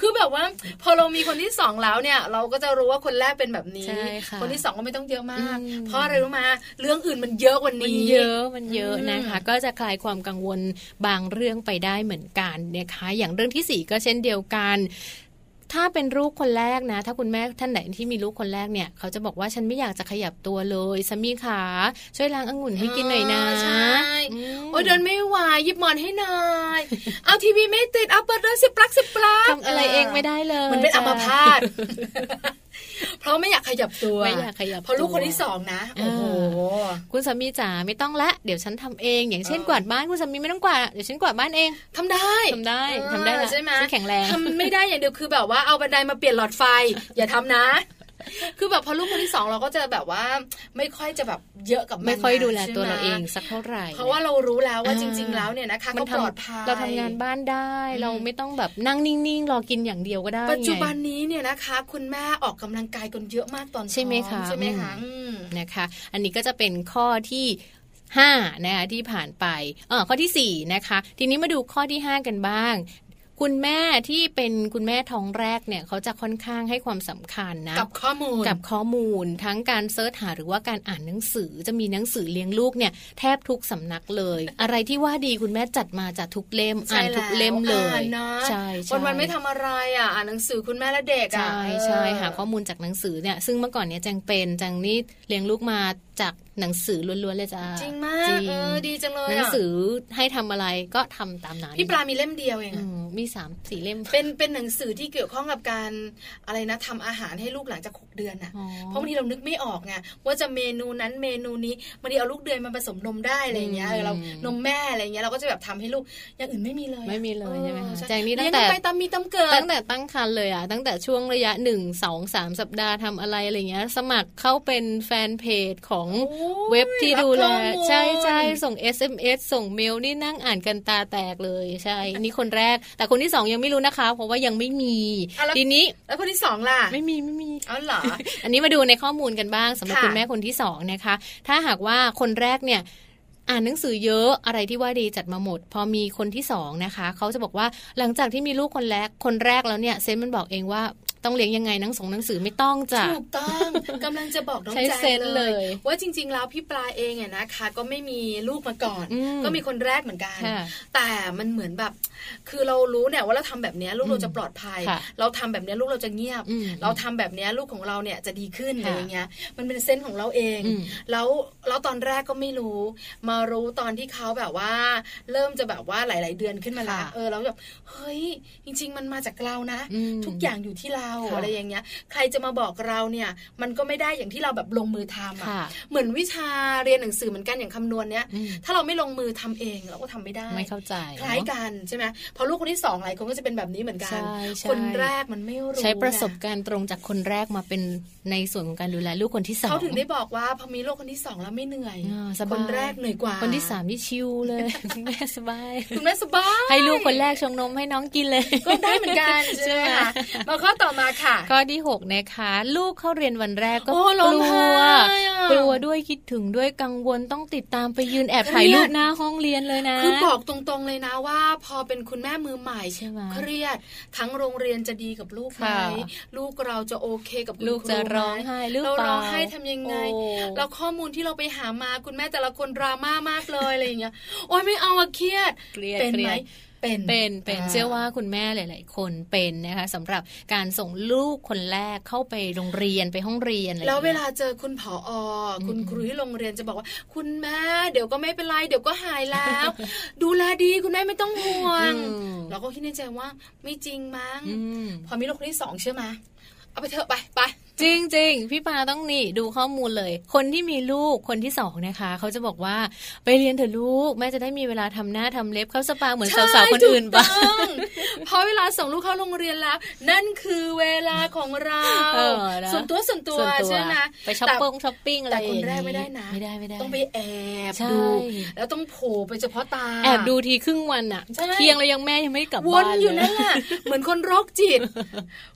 S3: คือแบบว่าพอเรามีคนที่สองแล้วเนี่ย เราก็จะรู้ว่าคนแรกเป็นแบบนี้
S2: ใช่ค่ะ
S3: คนที่สองก็ไม่ต้องเยอะมาก
S2: อืม
S3: เพราะอะไรรู้มาเรื่องอื่นมันเยอะกว่า
S2: มัน
S3: นี้
S2: เยอะมันเยอะนะคะ
S3: อืม
S2: ก็จะคลายความกังวลบางเรื่องไปได้เหมือนกันนะคะ อย่างเรื่องที่สี่ก็เช่นเดียวกัน ถ้าเป็นลูกคนแรกนะ ถ้าคุณแม่ท่านไหนที่มีลูกคนแรกเนี่ยเขาจะบอกว่าฉันไม่อยากจะขยับตัวเลยสามีขาช่วยล้างองุ่นให้กินหน่อยนะ
S3: ใช่
S2: อืม
S3: โอ้ยเดินไม่ไหวหยิบหมอนให้หน่อยเอาทีวีไม่ติดเอาเปิดเลยสิปลั๊กสิปลั๊ก
S2: ทำอะไรเองไม่ได้เลย
S3: เหมันเป็นอั
S2: จ้ะ
S3: มพาตเพราะไม่อยากขยับตัว
S2: ไม่อยากขยับ
S3: พอลูก
S2: ตัว
S3: คนที่สองนะโอ้โห
S2: คุณสามีจ๋าไม่ต้องละเดี๋ยวฉันทำเอง อย่างเช่น
S3: เออ
S2: กวาดบ้านคุณสามีไม่ต้องกวาดเดี๋ยวฉันกวาดบ้านเอง
S3: ทำได้
S2: ทำได้
S3: เออ
S2: ทำได้ละ
S3: ใช่ไหม
S2: ฉันแข็งแรง
S3: ทำไม่ได้อย่างเดียวคือแบบว่าเอาบันไดมาเปลี่ยนหล อดไฟ อย่าทำนะ คือแบบพอลูกคนที่สองเราก็จะแบบว่า ไม่ค่อยจะแบบเยอะกับน
S2: ไม่ค่อยดูแล
S3: ใช่
S2: ตัวเราเอง
S3: ไหม
S2: สักเท่าไหร่
S3: เพราะว่าเรารู้แล้วว่า
S2: อ่า
S3: จริง ๆ แล้วเนี่ยนะคะ
S2: มั
S3: ก็
S2: ทำ
S3: ปลอดภัย
S2: เราทำงานบ้านได้
S3: อืม
S2: เราไม่ต้องแบบนั่งนิ่งๆ รอกินอย่างเดียวก็ได้ไง
S3: ปัจจุบันนี้เนี่ยนะคะ คุณแม่ออกกำลังกายกันเยอะมากตอน
S2: ใช่ไหม
S3: ท้อง
S2: คะ
S3: ใช่ไหมคะ
S2: อืม
S3: อืม
S2: นะคะ อันนี้ก็จะเป็นข้อที่ห้านะคะที่ผ่านไปเออข้อที่สี่นะคะ ทีนี้มาดูข้อที่ห้ากันบ้าง คุณแม่ที่เป็นคุณแม่ท้องแรกเนี่ยเขาจะค่อนข้างให้ความสำคัญนะ
S3: กับข้อมูล
S2: กับข้อมูลทั้งการเสิร์ชหาหรือว่าการอ่านหนังสือจะมีหนังสือเลี้ยงลูกเนี่ยแทบทุกสำนักเลย อะไรที่ว่าดีคุณแม่จัดมาจากทุกเล่ม
S3: ใช่
S2: อ่านทุกเล่มเล
S3: แล้วอ่าย นนะ
S2: ใช่ใช่
S3: วันวันๆไม่ทำอะไรอ่ะอ่านหนังสือคุณแม่และเด็กอ่ะ
S2: ใช่ใช่
S3: เออ
S2: หาข้อมูลจากหนังสือเนี่ยซึ่งเมื่อก่อนเนี่ยแจงเป็นแจงนี่เลี้ยงลูกมาจากหนังสือล้วนๆเลยจ้า
S3: จริงมาก
S2: จริง
S3: เออดีจังเลย
S2: หนัง
S3: อ่ะ
S2: สือให้ทำอะไรก็ทำตามนั้น
S3: พี่ปลามีเล่มเดียวเอง
S2: อื
S3: อะ
S2: มมีสามสี่เล่ม
S3: เป็นเป็นหนังสือที่เกี่ยวข้องกับการอะไรนะทำอาหารให้ลูกหลังจากหกเดือนอ่ะ
S2: อ๋อ
S3: เพราะบางทีเรานึกไม่ออกไงว่าจะเมนูนั้นเมนูนี้บางทีเอาลูกเดือนมาผสมนมได้อะไรอย่างเงี้ยเออเรานมแม่อะไรอย่างเงี้ยเราก็จะแบบทำให้ลูกอย่างอื่นไม่มีเลยอะ
S2: ไม่มีเลยใช่ไหมคะ
S3: ออ
S2: แจงนี่ตั้
S3: เลี้ย
S2: งแต่
S3: ไปตามมีตามเกิด
S2: ตั้งแต่ตั้งครรภ์เลยอ่ะตั้งแต่ช่วงระยะหนึ่งสองสามสัปดาห์ทำอะไรอะไรเงี้ย สมัครเข้าเป็นแฟนเพจของ
S3: โอ้ย
S2: เว็บที่ดูแล
S3: รับข้อมูล
S2: ใช่ใช่ส่ง SMS ส่งเมลนี่นั่งอ่านกันตาแตกเลยใช่ นี่คนแรก แต่คนที่สองยังไม่รู้นะคะ เพราะว่ายังไม่มี
S3: อ่ะแล้ว
S2: ทีนี้
S3: แล้วคนที่สองล่ะ
S2: ไม่มีไม่มี
S3: เอาเหรอ
S2: อันนี้มาดูในข้อมูลกันบ้างสำหรับ
S3: ค่ะ
S2: คุณแม่คนที่สองนะคะ ถ้าหากว่าคนแรกเนี่ยอ่านหนังสือเยอะอะไรที่ว่าดีจัดมาหมด พอมีคนที่สองนะคะเขาจะบอกว่าหลังจากที่มีลูกคนแรกคนแรกแล้วเนี่ยเซนต์มันบอกเองว่าต้องเลี้ยงยังไงหนังสงหนังสือไม่ต้องจ้ะ
S3: ถูกต้องกำลังจะบอกน้อง
S2: ใช้
S3: แจ
S2: เซ
S3: ง
S2: นส์
S3: เล
S2: เลย ย
S3: ว่าจริง ๆ แล้วพี่ปลาเองเนี่ยนะคะ ก็ไม่มีลูกมาก่อน
S2: อืม
S3: ก็มีคนแรกเหมือนกัน
S2: ค่ะ
S3: แต่มันเหมือนแบบ คือเรารู้เนี่ยว่าเราทำแบบเนี้ยลูกเราจะปลอดภัย
S2: ค่ะ
S3: เราทำแบบเนี้ยลูกเราจะเงียบ
S2: อืม
S3: เราทำแบบเนี้ยลูกของเราเนี่ยจะดีขึ้น
S2: ค่ะ
S3: อะไรอย่างเงี้ยมันเป็นเซนส์ของเราเอง
S2: อืม
S3: แล้วแล้วตอนแรกก็ไม่รู้ มารู้ตอนที่เขาแบบว่า เริ่มจะแบบว่าหลาย ๆ เดือนขึ้นมาละ
S2: ค่ะ
S3: เออเราแบบเฮ้ยจริง ๆ มันมาจากเรานะ
S2: อืม
S3: ทุกอย่างอยู่ที่เรา
S2: ค่ะ
S3: อะไรอย่าง อย่างเงี้ยใครจะมาบอกเราเนี่ยมันก็ไม่ได้อย่างที่เราแบบลงมือทำ
S2: ค่ะ
S3: อะเหมือนวิชาเรียนหนังสือเหมือนกันอย่างคำนวณเนี้ย
S2: อืม
S3: ถ้าเราไม่ลงมือทำเองเราก็ทำไม่ได้
S2: ไม่เข้าใจ
S3: คล้าย
S2: เนอะ
S3: กันใช่ไหมพอลูกคนที่สองหลายคนก็จะเป็นแบบนี้เหมือนกัน
S2: ใช่ใช่
S3: คนแรกมันไม่รู้
S2: ใช้ประสบ
S3: ไง
S2: การณ์ตรงจากคนแรกมาเป็นในส่วนของการดูแลลูกคนที่สอง
S3: เขาถึงได้บอกว่าพอมีลูกคนที่สองแล้วไม่เหนื่อย
S2: อ่าสบาย
S3: คนแรกเหนื่อยกว่า
S2: คนที่สามนี่ชิวเลย คุณแม่สบาย
S3: คุณแม่สบาย
S2: ให้ลูกคนแรกชงนมให้น้องกินเลย
S3: ก็ได้เหมือนกันใช่ไหม
S2: ใช่ไหม
S3: คะมาข้อต่อมาค่ะ
S2: ข้อที่6นะคะลูกเข้าเรียนวันแรกก็
S3: โอ้
S2: ก
S3: ร้อง
S2: ลั
S3: ไห้
S2: ว
S3: อะ
S2: กลัวด้วยคิดถึงด้วยกังวลต้องติดตามไปยืนแอบถ่ายรูปหน้าห้องเรียนเลยนะ
S3: คือบอกตรงๆเลยนะว่า พอเป็นคุณแม่มือใหม่
S2: ใช่ไหม
S3: เครียด ทั้งโรงเรียนจะดีกับลูกไหม
S2: ค่ะ
S3: ลูกเราจะโอเคกับคุณ
S2: ลูกจะ
S3: คไม
S2: ร้องไห้หรือ
S3: เรา
S2: เปล่า
S3: ร้องไห้ทำยังไง
S2: โอ้
S3: แล้วข้อมูลที่เราไปหามาคุณแม่แต่ละคนดราม่ามากเลยอะไรอย่างเงี้ยโอ๊ยไม่เอาอะเครียด
S2: เครียด
S3: เป็น
S2: เครี
S3: ไหม
S2: ยด
S3: เป็น
S2: เป็นเป็น
S3: อ่
S2: เชื่อว่าคุณแม่หลาย ๆ คนเป็นนะคะสำหรับการส่งลูกคนแรกเข้าไปโรงเรียนไปห้องเรียนอะไรอย่
S3: แล้ว
S2: งงี้ย
S3: เวลาเจอคุณผออคุณครูที่โรงเรียนจะบอกว่า คุณแม่เดี๋ยวก็ไม่เป็นไรเดี๋ยวก็หายแล้ว ดูแลดีคุณแม่ไม่ต้องห่วง
S2: อืม
S3: เราก็คิดในใจว่าไม่จริงมั้ง
S2: อืม
S3: พอมีลูกคนที่สองเชื่อไหมเอาไปเถอะไปไป
S2: จริงจริงๆ พี่ปาต้องนี่ดูข้อมูลเลย คนที่มีลูกคนที่สองนะคะ เขาจะบอกว่าไปเรียนเถอะลูก แม่จะได้มีเวลาทำหน้าทำเล็บเข้าสปาเหมือนสาวๆคนอื่นบ้าง
S3: ใช่ถูกต้องเพราะเวลาส่งลูกเข้าโรงเรียนแล้ว นั่นคือเวลาของเรา
S2: เออนะ
S3: ส่วนตัวส่วนตัว
S2: ส่น
S3: ใช่ไหม
S2: ไปช้อป
S3: แต่
S2: ปิ้งช้อปปิ้งอะไร
S3: แต่ค
S2: อ
S3: น
S2: ย่าง
S3: แรกไม่ได้นะ
S2: ไม่ได้ไม่ได้
S3: ต้องไปแอบ
S2: ใช่
S3: ดู แล้วต้องโผล่ไปเฉพาะตา
S2: แอบดูทีครึ่งวันอะ
S3: ใช่
S2: เที่ยงแล้วยังแม่ยังไม่ได้กลับ
S3: ว
S2: บ้าน น
S3: อยู่
S2: เล
S3: นั่นแหละเหมือนคนโรคจิต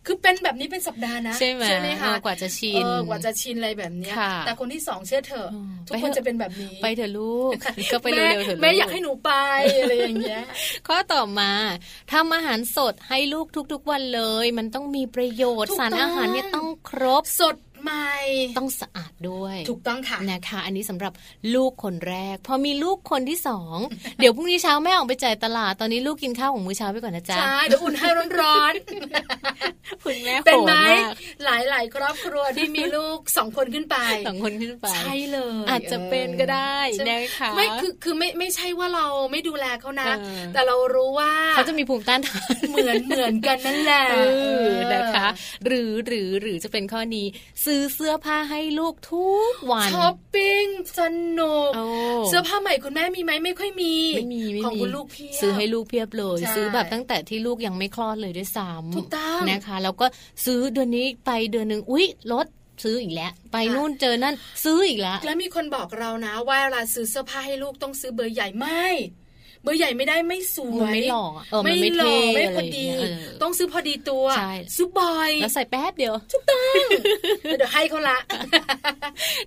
S3: คือเป็นแบบนี้เป็นสัปดาห์นะ
S2: ใช่ไหม
S3: ใช่ไหมคะ
S2: เออกว่าจะชิน
S3: เออกว่าจะชินอะไรแบบเนี้ย
S2: ค่ะ
S3: แต่คนที่สองเชื่อเถอะ
S2: อืม
S3: ทุก
S2: ไป
S3: คน
S2: เถอะ
S3: จะเป็นแบบนี้
S2: ไปเถอะลู กก็ไป
S3: แม่
S2: เร็วๆเถอะลูก
S3: แม่อยากให้หนูไปอะไรอย่างเงี้ย
S2: ข้อต่อมาทำอาหารสดให้ลูกทุกๆวันเลย มันต้องมีประโยชน์
S3: ถูก
S2: สารอาหารเนี่ย
S3: ต้
S2: ต้
S3: อ
S2: อง งครบ
S3: สดใหม่
S2: ต้องสะอาดด้วย
S3: ถูกต้องค่ะ
S2: นะคะ อันนี้สำหรับลูกคนแรก พอมีลูกคนที่สอง เดี๋ยวพรุ่งนี้เช้าแม่ออกไปจ่ายตลาด ตอนนี้ลูกกินข้าวของมื้อเช้าไปก่อนนะจ๊ะ
S3: ใช่เดี๋ยวอุ่นให้ร้อน
S2: คุณแม่
S3: ๆ
S2: โห
S3: เป็น
S2: ด
S3: ไหม
S2: มาก
S3: หลายๆ ครอบครัวที่มีลูกสองคนขึ้นไป
S2: สองคนขึ้นไป
S3: ใช่เลย
S2: อาจจะเป็นก็ได้
S3: ใช่ไหม
S2: นะคะ
S3: ไม่คือคือไม่ไม่ใช่ว่าเราไม่ดูแลเขานะ
S2: เออ
S3: แต่เรารู้ว่า
S2: เขาจะมีภูมิต้านทาน
S3: เหมือนเหมือนกันนั่นแหละ
S2: เออนะคะ หรือหรือหรือจะเป็นข้อนี้ ซื้อเสื้อผ้าให้ลูกทุกวัน
S3: ช้อปปิ้งสนุก
S2: โอ้
S3: เสื้อผ้าใหม่คุณแม่มีไหมไม่ค่อยมี
S2: ไม่มีไม่มี
S3: ของคุณลูกเพี่
S2: ซื้อให้ลูกเพียบเลย
S3: ใช่
S2: ซื้อแบบตั้งแต่ที่ลูกยังไม่คลอดเลยด้วยซ้ำ
S3: ถูกต้อง
S2: นะคะ แล้วก็ซื้อเดือนนี้ไปเดือนหนึ่งอุ๊ยลดซื้ออีกแล้ว ไป
S3: ค่ะ
S2: นู่นเจอนั่นซื้ออีกแล้ว
S3: แล้วมีคนบอกเรานะ ว่าเวลาซื้อเสื้อผ้าให้ลูกต้องซื้อเบอร์ใหญ่ไม่ เบอร์ใหญ่ไม่ได้ไม่สวย
S2: มันไม่หล่ออะเออมัน
S3: ไม่
S2: ไม่
S3: หล่อ
S2: เท่
S3: ไม่พอดี
S2: อะไรอย่างเงี้ยเออ
S3: ต้องซื้อพอดีตัว
S2: ใช่
S3: ซื้อบ่อย
S2: แล้วใส่แป๊บเดียว
S3: เดี๋ยวให้เขา ละ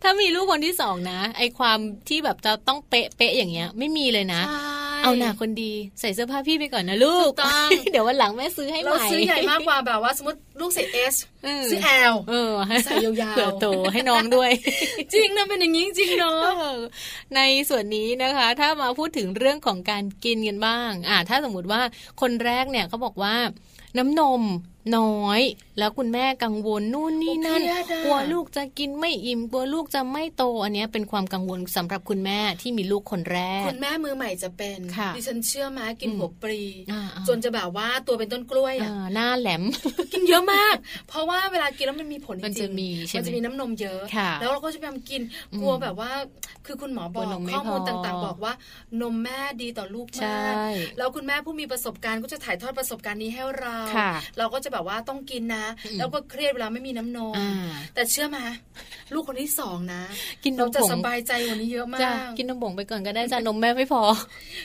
S2: ถ้ามีลูกคนที่สองนะ ไอความที่แบบจะต้องเป๊ะๆอย่างเงี้ย ไม่มีเลยนะ
S3: ใช่
S2: เอาหนาคนดีใส่เสื้อผ้าพี่ไปก่อนนะลู
S3: ถู
S2: ก
S3: กต้อง
S2: เดี๋ยววันหลังแม่ซื้อให้ให
S3: เรา
S2: ม่
S3: ซื้อใหญ่มากกว่าแบบว่าสมมติลูกใส่เอส
S2: เออ
S3: ซื้อแอล
S2: เออ
S3: ใส่ยาวๆ
S2: เผื่อโตให้น้องด้วย
S3: จริงนะเป็นอย่างนี้จริงเนาะ
S2: เออในส่วนนี้นะคะ ถ้ามาพูดถึงเรื่องของการกินกันบ้าง อ่าถ้าสมมติว่าคนแรกเนี่ยเขาบอกว่า น้ำนมน้อย แล้วคุณแม่กังวลนู่นนี่นั่น
S3: โอ้เครียดอะ
S2: กลัวลูกจะกินไม่อิ่มกลัวลูกจะไม่โต อันเนี้ยเป็นความกังวลสำหรับคุณแม่ที่มีลูกคนแรก
S3: คุณแม่มือใหม่จะเป็น
S2: ค่ะ
S3: ดิฉันเชื่อมากิน
S2: อืม
S3: หัวปลี
S2: อ่าๆ
S3: จนจะแบบว่าตัวเป็นต้นกล้วยอะ
S2: อ่าหน้าแหลม
S3: กินเยอะมาก เพราะว่าเวลากินแล้วมันมีผลจริ
S2: มั
S3: งๆ
S2: นจะมีใช่ไหม
S3: นจะมีน้ำนมเยอะ
S2: ค่ะ
S3: แล้วเราก็จะพยายามกิน
S2: อืม
S3: กลัวแบบว่า คือคุณหมอบอก
S2: ลัวนมไม่
S3: ข้อมูล
S2: พอ
S3: ต่างๆ บอกว่านมแม่ดีต่อลูกมา
S2: ใช่
S3: ก แล้วคุณแม่ผู้มีประสบการณ์ก็จะถ่ายทอดประสบการณ์นี้ให้เรา
S2: ค่ะ
S3: เราก็จะแบบว่าต้องกินนะ
S2: อืม
S3: แล้วก็เครียดเวลาไม่มีน้ำนม
S2: อ่า
S3: แต่เชื่อมาลูกคนที่สองนะ
S2: กินน
S3: เรา
S2: ม
S3: จะ
S2: ผง
S3: สบายใจกวันนี้เยอะมา
S2: จ้ะ
S3: ก
S2: กินนมผงไปก่อนก็ได้จ้ะนมแม่ไม่พอ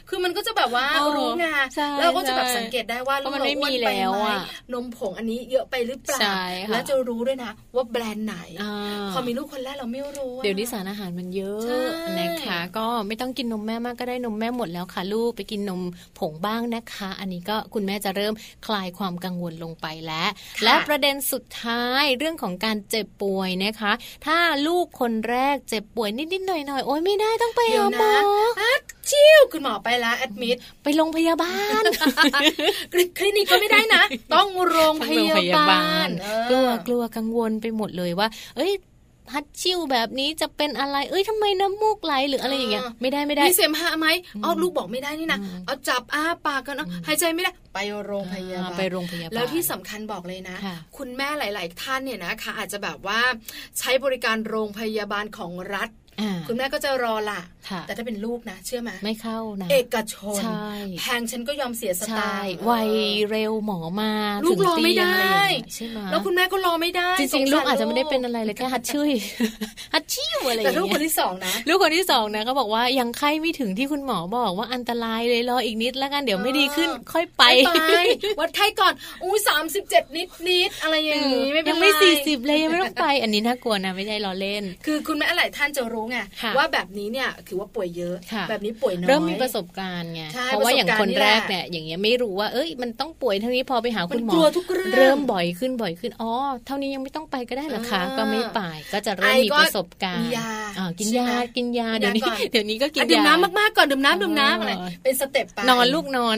S3: คือมันก็จะแบบว่า
S2: เออ
S3: รู้ไง
S2: ใช่
S3: แล้วก็จะแบบ
S2: ใช่
S3: สังเกตได้ว่า
S2: เพ
S3: ลูก
S2: ราะมัน
S3: เรา
S2: ไม่
S3: อ้วน
S2: มี
S3: ไป
S2: แล้ว
S3: ไหม
S2: อะ
S3: นมผงอันนี้เยอะไปหรือเปล่า
S2: ใช่ค่ะ
S3: แล้วจะรู้ด้วยนะว่าแบรนด์ไหน
S2: อ่า
S3: พอมีลูกคนแรกเราไม่รู้อะ
S2: เดี๋ยวนี้สารอาหารมันเยอะ
S3: ใช่
S2: นะคะ ก็ไม่ต้องกินนมแม่มากก็ได้นมแม่หมดแล้วค่ะลูกไปกินนมผงบ้างนะคะ อันนี้ก็คุณแม่จะเริ่มคลายความกังวลลงไปแล้ว และประเด็นสุดท้ายเรื่องของการเจ็บป่วยนะคะ ถ้าลูกคนแรกเจ็บป่วยนิดๆหน่อยๆโอ๊ยไม่ได้ต้องไป
S3: เดี๋ย
S2: หาว หม
S3: นะ
S2: อ
S3: ฮัดชิวคุณหมอไปละแอดมิด
S2: ไปโรงพยาบาล
S3: คลินิกก็ไม่ได้ นะ ต้องโรงพยาบาล
S2: กลัวก
S3: เออ
S2: ลัวกังวลไปหมดเลยว่า เอ้ยฮัดชิวแบบนี้จะเป็นอะไร เอ้ยทำไมน้ำมูกไหลหรืออะไรอย่างเงี้ย
S3: อ่า
S2: ไม่ได้ไม่ได้
S3: มีเสมหะไหมเอาลูกบอกไม่ได้นี่นะ
S2: อืม
S3: เอาจับอ้าปากกันเอา
S2: อืม
S3: หายใจไม่ได้ ไปโรงพยาบาล
S2: ไปโรงพยาบาล
S3: แล้วที่สำคัญบอกเลยนะ
S2: ค่ะ
S3: ณแม่หลาย ๆ ท่านเนี่ยนะคะอาจจะแบบว่าใช้บริการโรงพยาบาลของรัฐ
S2: า
S3: คุณแม่ก็จะรอละ
S2: ค่ะ
S3: แต่ถ้าเป็นลูกนะ เชื่อไหม
S2: ไม่เข้านะ
S3: เอกชน
S2: ใช่
S3: แพงฉันก็ยอมเสียสตา
S2: ใช่
S3: งค์
S2: วัยเร็วหมอมา
S3: ลูกรอไม่ได้
S2: ถึงเตียงอะรอย่างเงี้ยใช่ไหม
S3: แล้วคุณแม่ก็รอไม่ได้
S2: จ
S3: ส
S2: ริง
S3: ส
S2: ๆ ลูกอาจจะไม่ได้เป็นอะไรเลยแค่ฮัดชื่ย ฮัดชิวอะไรอ
S3: แต่
S2: ย่าง
S3: ลูกคน
S2: เงี้ย
S3: ที่สองนะ
S2: ลูกคนที่สองนะเขาบอกว่ายังไข้ไม่ถึงที่คุณหมอบอกว่าอันตรายเลยรออีกนิดแล้วกันเดี๋ยวไม่ดีขึ้น
S3: เออ
S2: ค่อยไป
S3: ไปวัดไข้ก่อนอุ้ยสามสิบเจ็ดนิดนิดๆอะไรอย่างนี้ไม่เป็น
S2: ยัง
S3: ไร
S2: ไม่สี่สิบเลยยังไม่ต้องไป อันนี้น่ากลัวนะไม่ได้ล้อเล่น
S3: คือคุณแม่หลายท่านจะรู้ไง
S2: ค่ะ
S3: ว่าแบบนี้เนี่ยถือว่าป่วยเยอะ
S2: ค่ะ
S3: แบบนี้ป่วยน้อย
S2: เริ่มมีประสบการณ์ไง
S3: ใช่
S2: เพราะว่าอย่างคนแรกเนี่ยอย่างเงี้ยไม่รู้ว่า เอ้ย มันต้องป่วยเท่านี้พอไปหาคุณหมอ
S3: มันกลัวทุกเรื่อง
S2: มบ่อยขึ้นบ่อยขึ้น อ๋อ เท่านี้ยังไม่ต้องไปก็ได้เหรอคะ
S3: อ่า
S2: ก็ไม่ไป ก็จะเริ่มมี
S3: ไอก็
S2: ประสบการณ์
S3: มียา
S2: อ่ากิน
S3: ใช่
S2: ยา
S3: ไหม
S2: กินยา
S3: กินยา
S2: เดี๋ยวนี้
S3: ก่อน
S2: เดี๋ยวนี้ก็กิน
S3: อ่ะดื่ม
S2: ยา
S3: น้ำมากๆก่อนดื่ม
S2: เออ
S3: น้ำดื่มน้ำอะไรเป็นสเต็ปไป
S2: นอนลูกนอน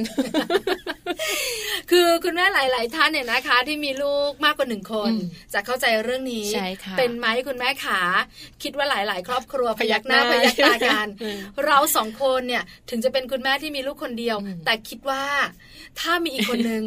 S3: คือคุณแม่หลาย ๆ ท่านเนี่ยนะคะ ที่มีลูกมากกว่าหนึ่งคน
S2: อืม
S3: จะเข้าใจเรื่องนี้
S2: ใช่ค่ะ
S3: เป็นไหมคุณแม่ขาคิดว่าหลาย ๆ ครอบครัวพยักหน้า
S2: พ
S3: พ
S2: ยั
S3: ยั
S2: ก
S3: ก
S2: หน้า
S3: ตากัน
S2: เออ
S3: เราสองคนเนี่ยถึงจะเป็นคุณแม่ที่มีลูกคนเดียว
S2: อืม
S3: แต่คิดว่าถ้ามีอีกคน นึง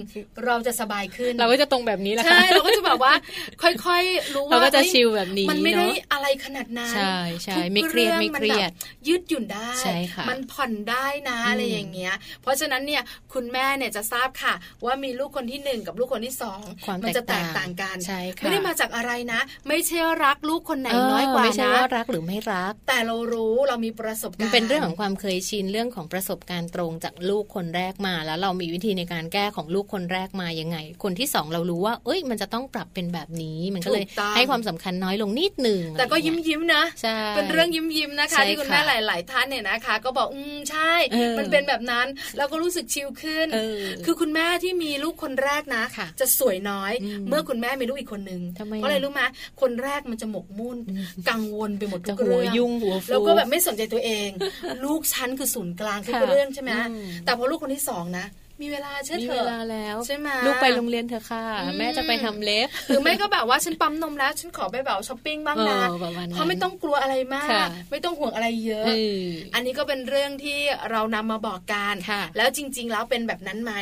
S3: เราจะสบายขึ้น
S2: เราก็จะตรงแบบนี้แหละค่ะ
S3: ใช่เราก็จะแบบว่า ค่อย ๆ รู้ว่า
S2: เราก็จะ
S3: เอ้ย
S2: ชิลแบบนี้
S3: มันไม่
S2: เน
S3: ได้
S2: าะ
S3: อะไรขนาดนั้น
S2: ใช่ใช่
S3: ทุก
S2: ไม่เครียด
S3: อง
S2: ไม่เครียด
S3: นแบบยืดหยุ่นได้
S2: ใช่ค่ะ
S3: มันผ่อนได้นะ
S2: อืม
S3: อะไรอย่างเงี้ย เพราะฉะนั้นเนี่ยคุณแม่เนี่ยจะทราบค่ะ ว่ามีลูกคนที่หนึ่งกับลูกคนที่สอง
S2: ความ
S3: มัจะแตกต่างกัน
S2: ใช่ค่ะ
S3: ไม่ได้มาจากอะไรนะ ไม่ใช่รักลูกคนไหน
S2: เออ
S3: น้อยกว่า
S2: ไม่ใช่
S3: นะ
S2: ว่ารักหรือไม่รัก
S3: แต่เรารู้เรามีประสบการณ์
S2: มันเป็นเรื่องของความเคยชินเรื่องของประสบการณ์ตรงจากลูกคนแรกมา แล้วเรามีวิธีในการแก้ของลูกคนแรกมายังไง คนที่สองเรารู้ว่า เอ้ย มันจะต้องปรับเป็นแบบนี้ มันก็เลย
S3: ถูกต้อง
S2: ให้ความสำคัญน้อยลงนิดหนึ่ง
S3: แต่ก็ยิ้ม
S2: อะไรอางเงี้
S3: ยิ้มๆนะ
S2: ใช่
S3: เป็นเรื่องยิ้มยิ้มๆนะคะ
S2: ใช่
S3: ที่คุณ
S2: ค่ะ
S3: แม่หลาย ๆ ท่านเนี่ยนะคะ ก็บอกอืมใช่
S2: เออ
S3: มันเป็นแบบนั้นแล้วก็รู้สึกชิลขึ้น
S2: เออ
S3: คือคุณแม่ที่มีลูกคนแรกนะ
S2: ค่ะ
S3: จะสวยน้อย
S2: อืม
S3: เมื่อคุณแม่มีลูกอีกคนนึง
S2: ทำไม
S3: เพราะอะไรรู้ไหมคนแรกมันจะหมกมุ่นกังวลไปหมดทุ
S2: จะ
S3: ก
S2: หัว
S3: เรื่อง
S2: ยุ่งหัวฟู
S3: แล้วก็แบบไม่สนใจตัวเอง ลูกฉันคือศูนย์กลางทุก
S2: ค่ะ
S3: เรื่องใช่ไหม
S2: อืม
S3: แต่พอลูกคนที่สองนะ มีเวลาเชื่อ
S2: มี
S3: เถ
S2: เว
S3: อะ
S2: ลาแล้ว
S3: ใช่ไหม
S2: ลูกไปโรงเรียนเถอะค่ะ
S3: อืม
S2: แม่จะไปทำเล็บ
S3: หรือไม่ก็แบบว่าฉันปั๊มนมแล้ว ฉันขอไปแบบช้อปปิ้งบ้างนะ
S2: เออประมาณนั้น
S3: เพราะไม่ต้องกลัวอะไรมา
S2: ค่ะ
S3: ก ไม่ต้องห่วงอะไรเยอะ
S2: เออ
S3: อันนี้ก็เป็นเรื่องที่เรานำมาบอกกัน
S2: ค่ะ
S3: แล้วจริง ๆ แล้วเป็นแบบนั้นไหม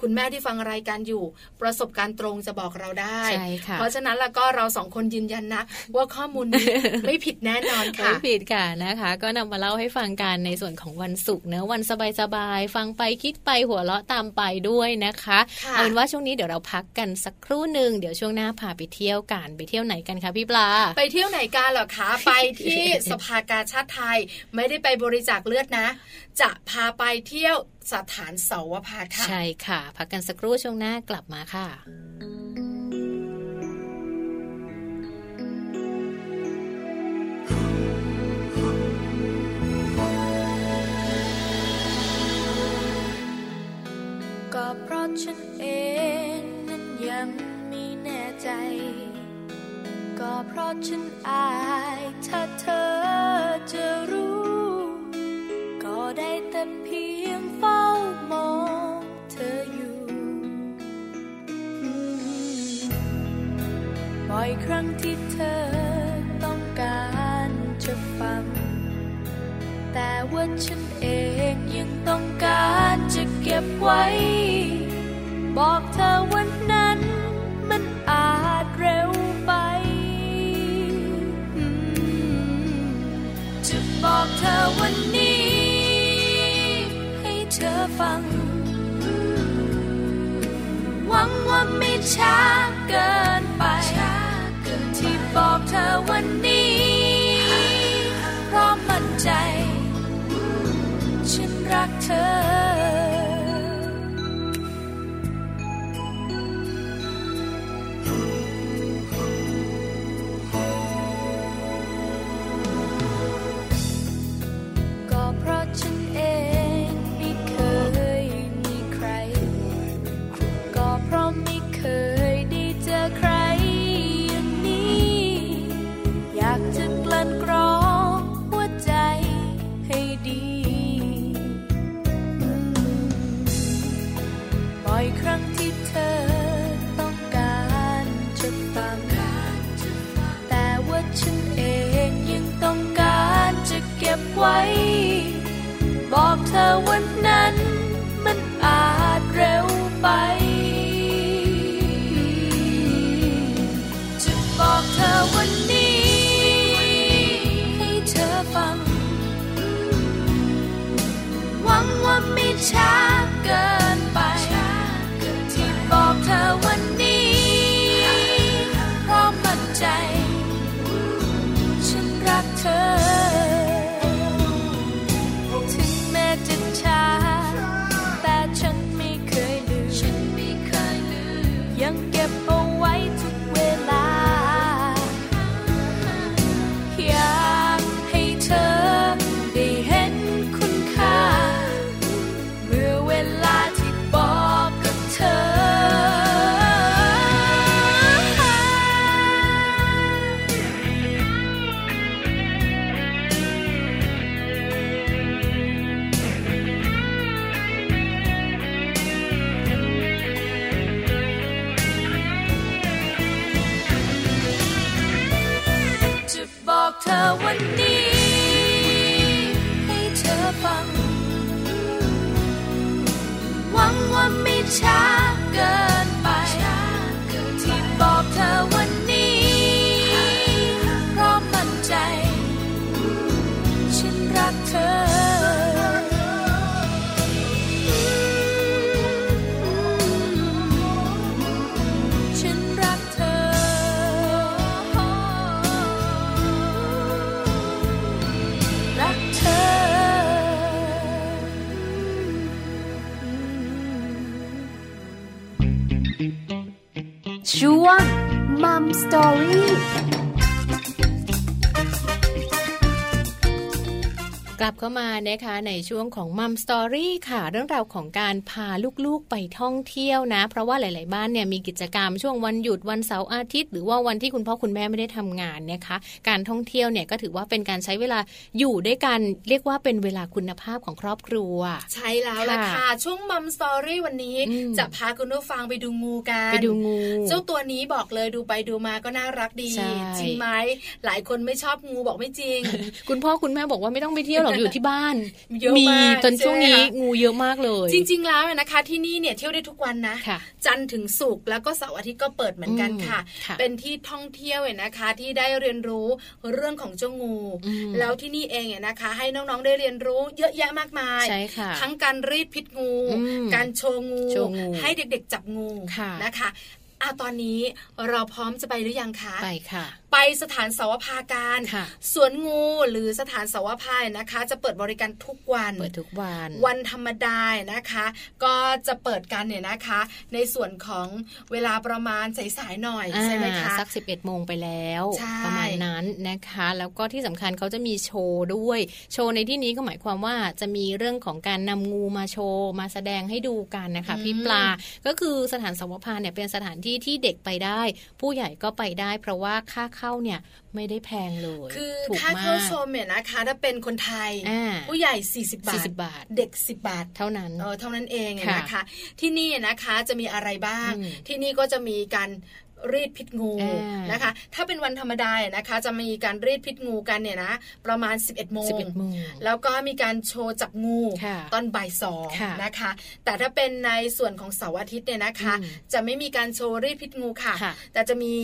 S3: คุณแม่ที่ฟังรายการอยู่ ประสบการณ์ตรงจะบอกเราได้
S2: ใช่ค่ะ
S3: เพราะฉะนั้นแล้วก็เราสองคนยืนยันนะ ว่าข้อมูลนี้ ไม่ผิดแน่นอนค่ะ
S2: ไม่ผิดค่ะนะคะ ก็นำมาเล่าให้ฟังกันในส่วนของวันศุกร์เนอะวันสบายๆฟังไปคิดไปหัวเราะตามไปด้วยนะคะ
S3: ค่ะ
S2: เอาเป็นว่าช่วงนี้เดี๋ยวเราพักกันสักครู่หนึ่งเดี๋ยวช่วงหน้าพาไปเที่ยวกันไปเที่ยวไหนกันคะพี่ปลา
S3: ไปเที่ยวไหนกันเหรอคะ ไปที่สภากาชาติไทย ไม่ได้ไปบริจาคเลือดนะ จะพาไปเที่ยวสถานเสาวภาค่ะ
S2: ใช่ค่ะ พักกันสักครู่ช่วงหน้ากลับมาค่ะ
S4: เ
S1: เพราะฉันอายถ้าเธอจะรู้ ก็ได้แต่เพียงเฝ้ามองเธออยู่อืมบ่อยครั้งที่เธอต้องการจะฟัง แต่ว่าฉันเองยังต้องการจะเก็บไว้ บอกเธอวันนั้นมันอาจเร็วไปอืมจะบอกเธอวันนี้ ให้เธอฟัง หวังว่าไม่ช้าเกินไป ที่บอกเธอวันนี้ เพราะมั่นใจ ฉันรักเธอ ก็เพราะฉันเองไม่เคยมีใคร ก็เพราะไม่เคยได้เจอใครอย่างนี้ อยากจะกลั่นกรองหัวใจให้ดีอืมบ่อยครั้งที่เธอต้องการจะฟัง แต่ว่าฉันเองยังต้องการจะเก็บไว้ บอกเธอวันนั้นมันอาจเร็วไป จะบอกเธอวันนี้ ให้เธอฟัง หวังว่าไม่ช้าเกินไป ที่บอกเธอวันนี้ เพราะมั่นใจ ฉันรักเธอ ถึงแม้จะช้า แต่ฉันไม่เคยลืม ยังเก็บเอาไว้ทุกเวลา อยากให้เธอได้เห็นคุณค่า เมื่อเวลาที่บอกกับเธอ จะบอกเธอวันนี้ ให้เธอฟัง หวังว่าไม่ช้าเกินไป ที่บอกเธอวันนี้ เพราะมั่นใจ ฉันรักเธอ ฉันรักเธอ รักเธอ
S5: ช่วงมัมสตอรี่
S2: กลับเข้ามานะคะในช่วงของมัมสตอรี่ค่ะ เรื่องราวของการพาลูกๆไปท่องเที่ยวนะ เพราะว่าหลาย ๆ บ้านเนี่ยมีกิจกรรมช่วงวันหยุดวันเสาร์อาทิตย์ หรือว่าวันที่คุณพ่อคุณแม่ไม่ได้ทำงานนะคะ การท่องเที่ยวเนี่ยก็ถือว่าเป็นการใช้เวลาอยู่ด้วยกัน เรียกว่าเป็นเวลาคุณภาพของครอบครัว
S3: ใช่แล้วล่ะ
S2: ค่ะ
S3: ค่ะ ช่วงมัมสตอรี่วันนี้
S2: อืม
S3: จะพาคุณผู้ฟังไปดูงูกัน
S2: ไปดูงู
S3: เจ้าตัวนี้บอกเลยดูไปดูมาก็น่ารักดี
S2: ใช่
S3: จริงไหมหลายคนไม่ชอบงูบอกไม่จริง
S2: คุณพ่อคุณแม่บอกว่าไม่ต้องไปเที่ยวหรอกอยู่ที่บ้าน
S3: เยอะมาก
S2: จนช่วงนี้
S3: ใช่ไหมคะ
S2: งูเยอะมากเลย
S3: จริง ๆ แล้วนะคะ ที่นี่เนี่ยเที่ยวได้ทุกวันนะ
S2: ค่ะ
S3: จันทร์ถึงศุกร์แล้วก็เสาร์อาทิตย์ก็เปิดเหมือนกันค่ะ
S2: อืมค่ะ
S3: เป็นที่ท่องเที่ยวเนี่ยนะคะ ที่ได้เรียนรู้เรื่องของเจ้างู
S2: อืม
S3: แล้วที่นี่เองเนี่ยนะคะ ให้น้องๆได้เรียนรู้เยอะแยะมากมาย
S2: ใช่ค่ะ
S3: ทั้งการรีดพิษงู
S2: อืม
S3: การโชว์งู
S2: โชว์งู
S3: ให้เด็กๆจับงู
S2: ค่ะ
S3: นะคะอ่ะตอนนี้เราพร้อมจะไปหรือยังคะ
S2: ไปค่ะ
S3: ไปสถานสาวพาการ
S2: ค่ะ
S3: สวนงูหรือสถานสาวพายนะคะ จะเปิดบริการทุกวัน
S2: เปิดทุกวัน
S3: วันธรรมดานะคะ ก็จะเปิดกันเนี่ยนะคะ ในส่วนของเวลาประมาณสายๆหน่อยใช่ไหมคะ
S2: อ่าสัก 11โมงไปแล้ว
S3: ใช่
S2: ประมาณนั้นนะคะ แล้วก็ที่สำคัญเขาจะมีโชว์ด้วย โชว์ในที่นี้ก็หมายความว่าจะมีเรื่องของการนำงูมาโชว์ มาแสดงให้ดูกันนะคะพี่ปลา ก็คือสถานสวพานเนี่ยเป็นสถานที่ที่เด็กไปได้ ผู้ใหญ่ก็ไปได้ เพราะว่าค่าข เข้าเนี่ยไม่ได้แพงเลย
S3: คือ
S2: ถูก
S3: ค่า
S2: มา
S3: เข้าก ชมเนี่ยนะคะ ถ้าเป็นคนไทย
S2: อ่า
S3: ผู้ใหญ่ 40 บาท
S2: 40 บาท
S3: เด็ก 10 บาท
S2: เท่านั้น
S3: เออเท่านั้นเอง
S2: ค่ะ
S3: นะคะ ที่นี่นะคะจะมีอะไรบ้าง
S2: อืม
S3: ที่นี่ก็จะมีการรีดพิษงู
S2: อ่าน
S3: นะคะ ถ้าเป็นวันธรรมดาเนี่ยนะคะ จะมีการรีดพิษงูกันเนี่ยนะ ประมาณ 11โมง
S2: 11โมง
S3: แล้วก็มีการโชว์จับงู
S2: ค่ะ
S3: ตอนบ่ายสอง
S2: ค่ะ
S3: นะคะ แต่ถ้าเป็นในส่วนของเสาร์อาทิตย์เนี่ยนะคะ
S2: อืม
S3: จะไม่มีการโชว์รีดพิษงูค่ะ
S2: ค่ะ
S3: แต่จะมี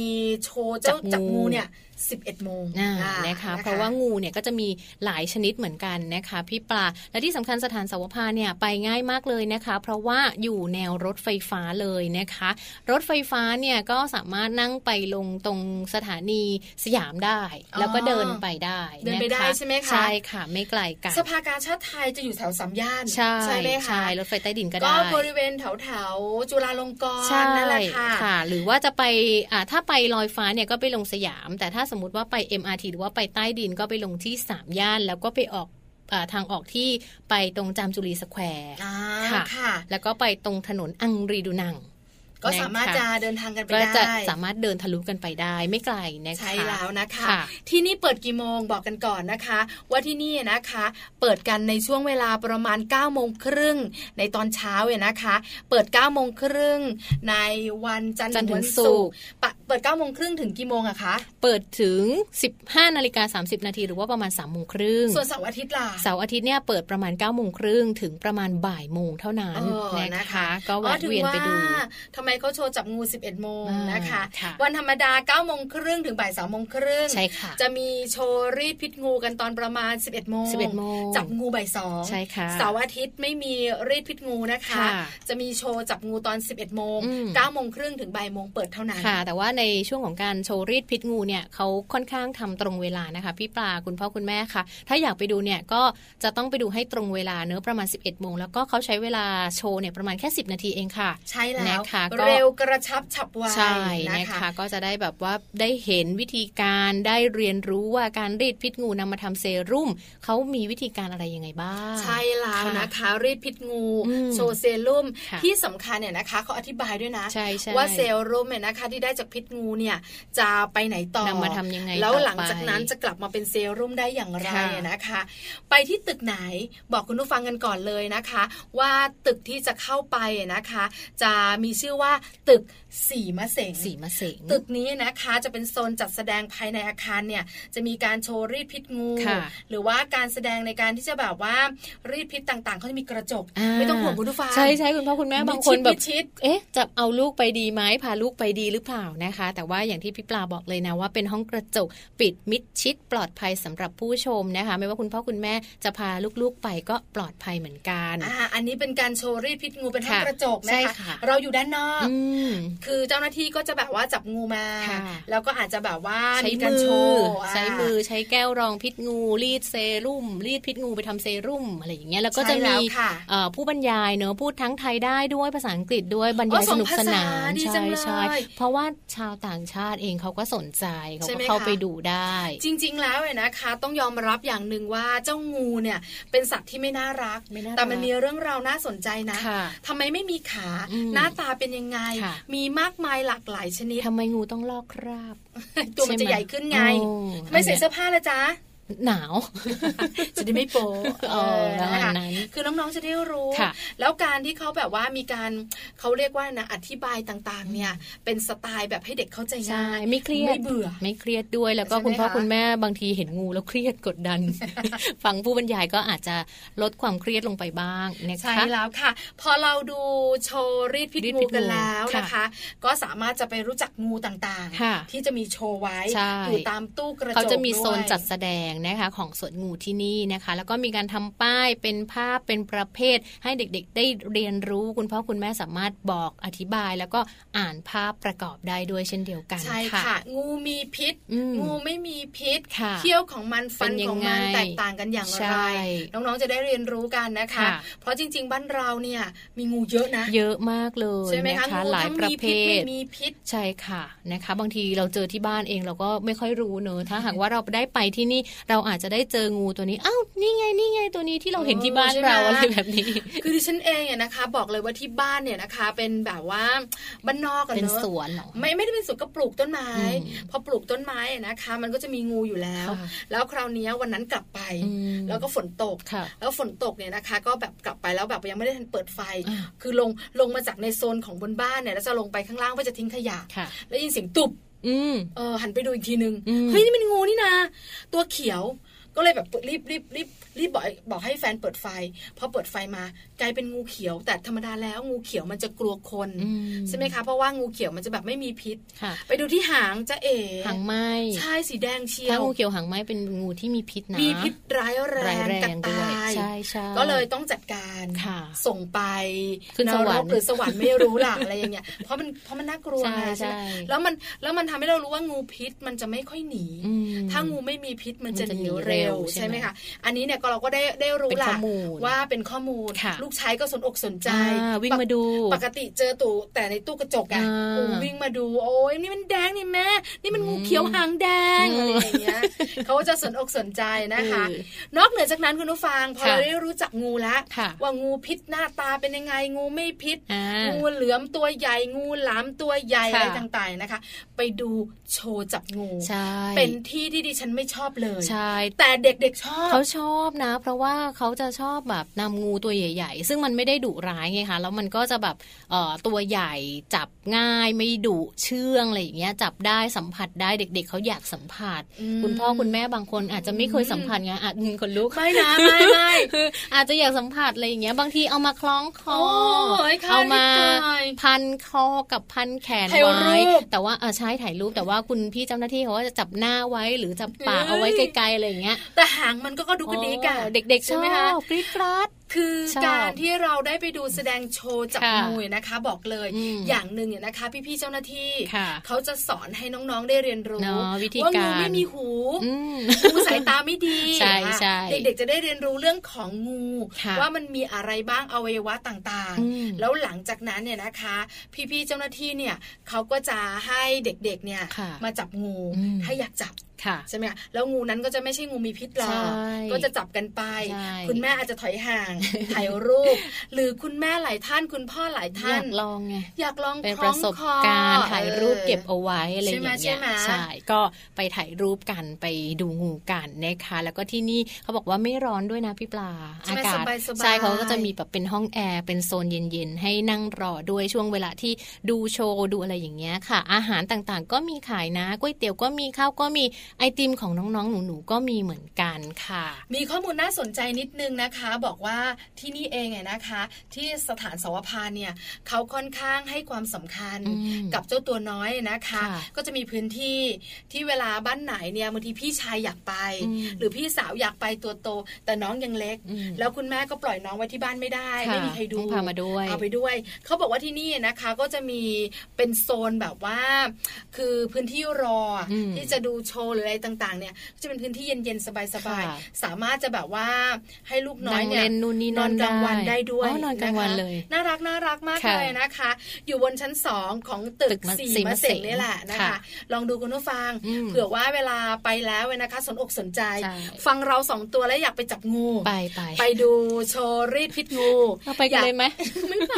S3: โชว์เจ้า
S2: จั
S3: จั
S2: บบ งู
S3: งูเนี่ย 11โมง
S2: อ่า
S3: อ่
S2: นะคะ เพราะว่างูเนี่ยก็จะมีหลายชนิดเหมือนกันนะคะ พี่ปลา และที่สำคัญสถานสาวพาเนี่ยไปง่ายมากเลยนะคะ เพราะว่าอยู่แนวรถไฟฟ้าเลยนะคะ รถไฟฟ้าเนี่ยก็สามารถนั่งไปลงตรงสถานีสยามได้ แล้วก็เดินไปได้
S3: เดินไปได้ใช่ไหมคะ
S2: ใช่ค่ะ ไม่ไกลกัน
S3: สภากาชาติไทยจะอยู่แถวสามย่าน
S2: ใช่
S3: ไหมคะ
S2: ใช่รถไฟใต้ดินก็
S3: ก็
S2: ได้
S3: บริเวณแถวแถวๆจุฬาลงกร
S2: ใช่
S3: ณ์นั่นแหละค่ะ
S2: ค่ะ หรือว่าจะไปอ่าถ้าไปลอยฟ้าเนี่ยก็ไปลงสยาม แต่ถ้าสมมติว่าไป MRT หรือว่าไปใต้ดินก็ไปลงที่สามย่าน แล้วก็ไปออกอาทางออกที่ไปตรงจามจุรีสแควร์
S3: อ่า
S2: ค่ะ
S3: ค่ะ
S2: แล้วก็ไปตรงถนนอังรีดูนัง
S3: ก็สามารถ
S2: นะคะ
S3: จะเดินทางกันไป
S2: ก็
S3: ได้
S2: จะสามารถเดินทะลุกันไปได้ไม่ไกลนะคะ
S3: ใช่แล้วนะคะ
S2: ค่ะ
S3: ที่นี่เปิดกี่โมงบอกกันก่อนนะคะ ว่าที่นี่นะคะ เปิดกันในช่วงเวลาประมาณ9ก้าโมงครึ่งในตอนเช้าเนี่ยนะคะ เปิด9ก้าโมงครึ่งในวันจันทร์
S2: จันทร์
S3: ถึ
S2: ถึ
S3: งวั
S2: ง
S3: น
S2: ศุ
S3: ศุ
S2: กร์
S3: กร์ปะเปิด9ก้าโมงครึ่งถึงกี่โมงอะคะ
S2: เปิดถึง 15นาฬิกา30นาทีหรือว่าประมาณ3ามโมงครึ่ง
S3: ส่วนเสาร์อาทิตย์ล่ะ
S2: เสาร์อาทิตย์เนี่ยเปิดประมาณ9ก้าโมงครึ่งถึงประมาณบ่ายโมงเท่านั้น
S3: เออ
S2: นะ
S3: นะคะ
S2: คะ ก็แวะเวียนไปดู
S3: อ๋อถึงว่าทำไมเขาโชว์จับงู 11 โมง
S2: อ่าน
S3: นะคะ
S2: ค่ะ
S3: วันธรรมดา9โมงครึ่งถึงบ่าย3โมงครึ่ง
S2: ใช่ค่ะ
S3: จะมีโชว์รีดพิษงูกันตอนประมาณ 11 โมง
S2: 11โมง
S3: จับงูบ่ายสอง
S2: ใช่ค่ะ
S3: เสาร์อาทิตย์ไม่มีรีดพิษงูนะคะ
S2: ค่ะ
S3: จะมีโชว์จับงูตอน 11 โมง
S2: อืม
S3: 9โมงครึ่งถึงบ่ายโมงเปิดเท่านั้น
S2: ค่ะ แต่ว่าในช่วงของการโชว์รีดพิษงูเนี่ยเขาค่อนข้างทำตรงเวลานะคะ พี่ปลาคุณพ่อคุณแม่ค่ะ ถ้าอยากไปดูเนี่ยก็จะต้องไปดูให้ตรงเวลาเนอะประมาณ 11โมงแล้วก็เขาใช้เวลาโชว์เนี่ยประมาณแค่ 10 นาทีเองค่ะ
S3: ใช่แล้ว
S2: นะคะก็
S3: เร็วกระชับฉับไว
S2: ใช่นะ
S3: นะคะ
S2: คะ ก็จะได้แบบว่าได้เห็นวิธีการได้เรียนรู้ว่าการรีดพิษงูนำมาทำเซรุ่มเขามีวิธีการอะไรยังไงบ้าง
S3: ใช่แล้วนะคะ รีดพิษงู
S2: อืม
S3: โชว์เซรุ่ม
S2: ค่ะ
S3: ที่สำคัญเนี่ยนะคะเขาอธิบายด้วยนะ
S2: ใช่ใช่
S3: ว่าเซรุ่มเนี่ยนะคะ ที่ได้จากพิษงูเนี่ยจะไปไหนต่อน
S2: ำมาทำยังไง
S3: แล้ว
S2: ต่อไป
S3: หลังจากนั้นจะกลับมาเป็นเซรุ่มได้อย่างไร
S2: ค่ะ
S3: อะนะคะ ไปที่ตึกไหนบอกคุณผู้ฟังกันก่อนเลยนะคะ ว่าตึกที่จะเข้าไปอะนะคะ จะมีชื่อว่าตึกสีมะเสง
S2: สีมะเสง
S3: ตึกนี้นะคะจะเป็นโซนจัดแสดงภายในอาคารเนี่ยจะมีการโชว์รีดพิษงู
S2: ค่ะ
S3: หรือว่าการแสดงในการที่จะแบบว่ารีดพิษต่างๆเขาจะมีกระจก
S2: า
S3: ไม่ต้องห่วงคุณผู้ฟัง
S2: ใช่ใช่คุณพ่อคุณแม่
S3: มิด
S2: บางคน
S3: ชิด
S2: แบบ
S3: มิดชิด
S2: เอ๊ะ จะเอาลูกไปดีไหมพาลูกไปดีหรือเปล่านะคะ แต่ว่าอย่างที่พี่ปลาบอกเลยนะว่าเป็นห้องกระจกปิดมิดชิดปลอดภัยสำหรับผู้ชมนะคะ ไม่ว่าคุณพ่อคุณแม่จะพาลูกๆไปก็ปลอดภัยเหมือนกัน
S3: อ่าอันนี้เป็นการโชว์รีดพิษงูเป็นห้อง
S2: ค่ะ
S3: กระจก
S2: ใช่
S3: นะ
S2: ค่ะ
S3: คะ เราอยู่ด้านนอก
S2: อืม
S3: คือเจ้าหน้าที่ก็จะแบบว่าจับงูมา
S2: ค่ะ
S3: แล้วก็อาจจะแบบว่า
S2: ใช้
S3: มีการ
S2: มื
S3: โช
S2: อ
S3: ว์
S2: ใช้มือใช้แก้วรองพิษงูรีดเซรุ่มรีดพิษงูไปทำเซรุ่มอะไรอย่างเงี้ยแล้วก็
S3: ก็
S2: จะ
S3: จะ
S2: มี
S3: มีค่ะ
S2: เอ่อผู้บรรยายเนอะพูดทั้งไทยได้ด้วยภาษาอังกฤษด้วยบรรยาย
S3: อ๋อ
S2: ส
S3: สอง
S2: นุกสนาน
S3: ภาษาดี
S2: ใช่
S3: จังเลย
S2: ใช่เพราะว่าชาวต่างชาติเองเขาก็สนใจเขา
S3: ใช่
S2: ก็
S3: ไหม
S2: เข้า
S3: คะ
S2: ไปดูได้
S3: จริง ๆ แล้วเนี่ยนะคะ ต้องยอมรับอย่างหนึ่งว่าเจ้างูเนี่ยเป็นสัตว์ที่ไม่น่ารัก
S2: ไม่น่ารัก
S3: แต่มันมีเรื่องราวน่าสนใจนะ
S2: ค่ะ
S3: ทำไมไม่มีขา
S2: อืม
S3: หน้าตาเป็นยังไง
S2: ค่ะ
S3: มีมากมายหลากหลายชนิด
S2: ทำไมงูต้องลอกคราบ
S3: ตัวมันจะใหญ่ขึ้นไง
S2: โอ้
S3: ไม่ใส่เสื้อผ้าละจ๊ะ
S2: หนาว
S3: จะได้ไม่โป๊ะ
S2: เออ
S3: เออ
S2: ประมาณ
S3: คะ
S2: นั้น
S3: คือน้องๆจะได้รู้
S2: ค่ะ
S3: แล้วการที่เขาแบบว่ามีการเขาเรียกว่านะอธิบายต่างๆ เนี่ย เป็นสไตล์แบบให้เด็กเข้าใจ
S2: ใช่
S3: ง่าย
S2: ไม่เครียด
S3: ไม่เบื่อ
S2: ไม่เครียดด้วยแล้วก็
S3: ใช่ไหม
S2: คุณพ่อ
S3: คะ
S2: คุณแม่บางทีเห็นงูแล้วเครียดกดดัน ฟังผู้บรรยายก็อาจจะลดความเครียดลงไปบ้างนะคะ
S3: ใช่แล้วค่ะ พอเราดูโชว์รีดพิษ
S2: รีดพิ
S3: งู
S2: ษงู
S3: กันแล้วนะคะ
S2: ค่ะ
S3: ก็สามารถจะไปรู้จักงูต่าง
S2: ค่ะ
S3: ๆ ที่จะมีโชว์ไว้
S2: ใช่
S3: อยู่ตามตู้กระจก
S2: เขาจะมีโซน
S3: ด้วย
S2: จัดแสดงนะคะของสวนงูที่นี่นะคะ แล้วก็มีการทำป้ายเป็นภาพเป็นประเภท ให้เด็กๆ ได้เรียนรู้คุณพ่อคุณแม่สามารถบอกอธิบาย แล้วก็อ่านภาพประกอบได้ด้วยเช่นเดียวกัน
S3: ใช่
S2: ค่ะ
S3: ค่ะ งูมีพิษ
S2: อืม
S3: งูไม่มีพิษ
S2: ค่ะ
S3: เขี้ยวของมันฟัน
S2: เป็นยั
S3: ของ ง
S2: ไง
S3: มันแตกต่างกันอย่าง
S2: ใช่
S3: ไร น้องๆจะได้เรียนรู้กันนะคะ
S2: ค่ะ
S3: เพราะจริง ๆ บ้านเราเนี่ยมีงูเยอะนะ
S2: เยอะมากเลย
S3: ใช่ไหม
S2: นะคะ คะ
S3: งู
S2: หลาย
S3: ทั้ง
S2: ประ
S3: มี
S2: เภ
S3: พิษไม่
S2: ท
S3: มีพิษ
S2: ใช่ค่ะนะคะ บางทีเราเจอที่บ้านเองเราก็ไม่ค่อยรู้เนอะถ้าหากว่าเราได้ไปที่นี่ เราอาจจะได้เจองูตัวนี้อ้าวนี่ไงนี่ไงตัวนี้ที่เราเห็นที่บ้านเรา
S3: ใช่
S2: อะไร
S3: ไหม
S2: แบบนี้
S3: คือดิฉันเองเนี่ยนะคะ บอกเลยว่าที่บ้านเนี่ยนะคะ เป็นแบบว่าบ้านนอกกัน
S2: เป็น
S3: เนอะ
S2: สวนเหรอ
S3: ไม่ไม่ได้เป็นสวนก็ปลูกต้นไม้
S2: อืม
S3: พอปลูกต้นไม้อะนะคะ มันก็จะมีงูอยู่แล้ว
S2: ค่ะ
S3: แล้วคราวเนี้ยวันนั้นกลับไป
S2: อืม
S3: แล้วก็ฝนตก
S2: ค่ะ
S3: แล้วฝนตกเนี่ยนะคะ ก็แบบกลับไปแล้วแบบยังไม่ได้ทันเปิดไฟ
S2: อ่า
S3: คือลงลงมาจากในโซนของบนบ้านเนี่ยแล้วจะลงไปข้างล่างเพื่อจะทิ้งขยะ
S2: ค่ะ
S3: แล้วยินเสียงตุบ
S2: อืม
S3: เออหันไปดูอีกทีนึง
S2: อืม
S3: เฮ้ยนี่มันงูนี่นาตัวเขียวก็เลยแบบรีบรีบรีบรีบบอกบอกให้แฟนเปิดไฟพอเปิดไฟมากลายเป็นงูเขียว แต่ธรรมดาแล้วงูเขียวมันจะกลัวคน
S2: อื
S3: ใช่ไหมคะเพราะว่างูเขียวมันจะแบบไม่มีพิษ
S2: ค่ะ
S3: ไปดูที่หางจะเอ๋
S2: หางไหม
S3: ใช่สีแดงเชีย
S2: ถ้าว งูเขียวหางไหมเป็นงูที่มีพิษนะ
S3: มีพิษร้ายแร
S2: ร้าย
S3: ง
S2: แร
S3: กัด
S2: งด้ว
S3: ตาย ย
S2: ใช่ใช่
S3: ก็เลยต้องจัดการ
S2: ค่ะ
S3: ส่งไป
S2: ขึ้นสวรรค์
S3: กหรือสวรรค์ไม่รู้ล่ะ อะไรอย่างเงี้ย เพราะมันเพราะมันน่ากลัว
S2: ใช่
S3: ไง
S2: ใช่
S3: ไหมแล้วมันแล้วมันทำให้เรารู้ว่างูพิษมันจะไม่ค่อยหนี
S2: อืม
S3: ถ้างูไม่มีพิษมัน
S2: มัน
S3: จะ
S2: จะ
S3: ห
S2: หนี
S3: นีเร็
S2: เร็
S3: ว
S2: วใช่
S3: ใช่ไห
S2: ไห
S3: ม
S2: ม
S3: คะอันนี้เนี่ยก็เราก็ได้ได้รู้
S2: เป็น
S3: ล่ะ
S2: ข้อมูล
S3: ว่าเป็นข้อมูล
S2: ค่ะ
S3: ลูกชายก็สนอกสนใจ
S2: อ่าวิ่งมาดู
S3: ปกติเจอตู่แต่ในตู้กระจกอะ
S2: อ่า
S3: โอ้วิ่งมาดูโอ้ยนี่มันแดงนี่แม่นี่มันงูเขียว
S2: อืม
S3: หางแดง
S2: อื
S3: อะ
S2: ม
S3: ไรอย่างเงี้ย เขาก็จะสนอกสนใจนะคะ
S2: เออ
S3: นอกเหนือจากนั้นคุณผู้ฟังพอ
S2: ค่ะ
S3: เราได้รู้จักงูแล้ว
S2: ค่ะ
S3: ว่างูพิษหน้าตาเป็นยังไง งูไม่พิษ
S2: อ่า
S3: งูเหลือมตัวใหญ่ งูหลามตัวใหญ่
S2: ค่ะ
S3: อะไรต่างๆนะคะ ไปดูโชว์จับงู
S2: ใช่
S3: เป็นที่ที่ดิฉันไม่ชอบเลย
S2: ใช่
S3: แต่เด็กๆชอบ
S2: เขาชอบนะ เพราะว่าเขาจะชอบแบบนำงูตัวใหญ่ ๆ ซึ่งมันไม่ได้ดุร้ายไงคะแล้วมันก็จะแบบเอ่อตัวใหญ่จับง่ายไม่ดุเชื่องอะไรอย่างเงี้ยจับได้สัมผัสได้เด็ก ๆเขาอยากสัมผัส
S3: อืม
S2: คุณพ่อคุณแม่บางคนอาจจะไม่เคยสัมผัสไงอาจอืมคนลุก
S3: ไม่นะไม่ไม่
S2: คืออาจจะอยากสัมผัสอะไรอย่างเงี้ยบางทีเอามาคล้องคอ
S3: โอ้ยค่ะ
S2: เอามา
S3: นิดหน่อย
S2: พันคอกับพันแขน
S3: ถ่ายรูป
S2: ไว้แต่ว่าเออใช่ถ่ายรูปแต่ว่าคุณพี่เจ้าหน้าที่เขาก็จะจับหน้าไว้หรือจับปากเอาไว้
S3: เอ้ย
S2: ไกลๆอะไรอย่างเงี้ย
S3: แต่หางมันก็ก็ดูกระดิกอะ
S2: อ๋อเด็กๆช
S3: ใช่
S2: อ
S3: ไหมคะ
S2: บกรี๊ดกราด
S3: คือ
S2: ชอบ
S3: การที่เราได้ไปดูแสดงโชว์จับ
S2: ค่ะ
S3: งูเนี่ยนะคะ บอกเลย
S2: อืม
S3: อย่างหนึ่งเนี่ยนะคะ พี่ๆเจ้าหน้าที่
S2: ค่ะ
S3: เขาจะสอนให้น้องๆได้เรียนรู้
S2: เนาะวิธี
S3: ว่างู
S2: การ
S3: ไม่มีหู
S2: อืม
S3: งูสายตาไม่ดี
S2: ใช่
S3: อ่ะ
S2: ใช่
S3: เด็กๆจะได้เรียนรู้เรื่องของงู
S2: ค่ะ
S3: ว่ามันมีอะไรบ้างอวัยวะต่าง
S2: อืม
S3: ๆ แล้วหลังจากนั้นเนี่ยนะคะ พี่ๆเจ้าหน้าที่เนี่ยเขาก็จะให้เด็กๆเนี่ย
S2: ค่ะ
S3: มาจับงู
S2: อืม
S3: ถ้าอยากจับ
S2: ค่ะ
S3: ใช่ไหมคะแล้วงูนั้นก็จะไม่ใช่งูมีพิษหรอ
S2: ใช่
S3: ก ก็จะจับกันไป
S2: ใช่
S3: คุณแม่อาจจะถอย ห่าง ถ่ายรูป หรือคุณแม่หลายท่านคุณพ่อหลาย
S2: อ
S3: ท่าย
S2: าน กลองไง
S3: อยากลอง
S2: เป็น
S3: ค
S2: ป
S3: ล้อ
S2: ระ
S3: ง
S2: สบ
S3: คอ
S2: การณ์ถ่ายรูปเก็บ
S3: เออ
S2: เอาไว้อะไรอย่างเงี้ย
S3: ใช่ไหมใช่ไหม
S2: ใช่ก็ไปถ่ายรูปกันไปดูงูกันนะคะแล้วก็ที่นี่เขาบอกว่าไม่ร้อนด้วยนะพี่ปลา
S3: ใช่
S2: อา
S3: ไหม
S2: กาศ
S3: สบายๆ
S2: ใช่เขาก็จะมีแบบเป็นห้องแอร์เป็นโซนเย็นๆให้นั่งรอด้วยช่วงเวลาที่ดูโชว์ดูอะไรอย่างเงี้ยค่ะ อาหารต่างๆ ก็มีขายนะก๋วยเตี๋ยวก็มีข้าวก็มีไอติมของน้องๆหนูๆก็มีเหมือนกันค่ะ
S3: มีข้อมูลน่าสนใจนิดนึงนะคะ บอกว่าที่นี่เองไงนะคะ ที่สถานสวพานเนี่ยเขาค่อนข้างให้ความสำคัญ
S2: อืม
S3: กับเจ้าตัวน้อยนะคะ
S2: ค่ะ
S3: ก็จะมีพื้นที่ที่เวลาบ้านไหนเนี่ยบางทีพี่ชายอยากไป
S2: ม
S3: หรือพี่สาวอยากไปตัวโต แต่น้องยังเล็ก
S2: อืม
S3: แล้วคุณแม่ก็ปล่อยน้องไว้ที่บ้านไม่ได้
S2: ะ
S3: ไม่มีใครดู
S2: ต้องพามาด้วย
S3: เอาไปด้วย เขาบอกว่าที่นี่นะคะก็จะมีเป็นโซนแบบว่า คือพื้นที่รออะ
S2: อืม
S3: ที่จะดูโชว์หรืออะไรต่างๆเนี่ยก็จะเป็นพื้นที่เย็นๆสบาย
S2: ค่ะ
S3: ๆสามารถจะแบบว่าให้ลูกน้อย
S2: ง
S3: เนี่ย
S2: เล่นนู่นนี่
S3: นอนกลางวันได้ด้วย
S2: อ๋อนอนกลางวัน
S3: ค
S2: เลย
S3: น่ารักน่ารักมาก
S2: ค่ะ
S3: เลยนะคะ อยู่บนชั้นสองของตึ
S2: ตึ
S3: ก
S2: กมะ
S3: สี
S2: สี
S3: มะ
S2: มะ
S3: เส
S2: เส
S3: ง
S2: ง
S3: นี่แหละนะคะ
S2: ค่ะ
S3: ลองดูคุณผู้ฟัง
S2: อืม
S3: เผื่อว่าเวลาไปแล้วเว้ยนะคะ สนอกสนใจ
S2: ใช่
S3: ฟังเราสองตัวแล้วอยากไปจับงู
S2: ไปไป
S3: ไปดูโชว์รีดพิษงู
S2: เราไปกันเลยไหม
S3: ไม่ไป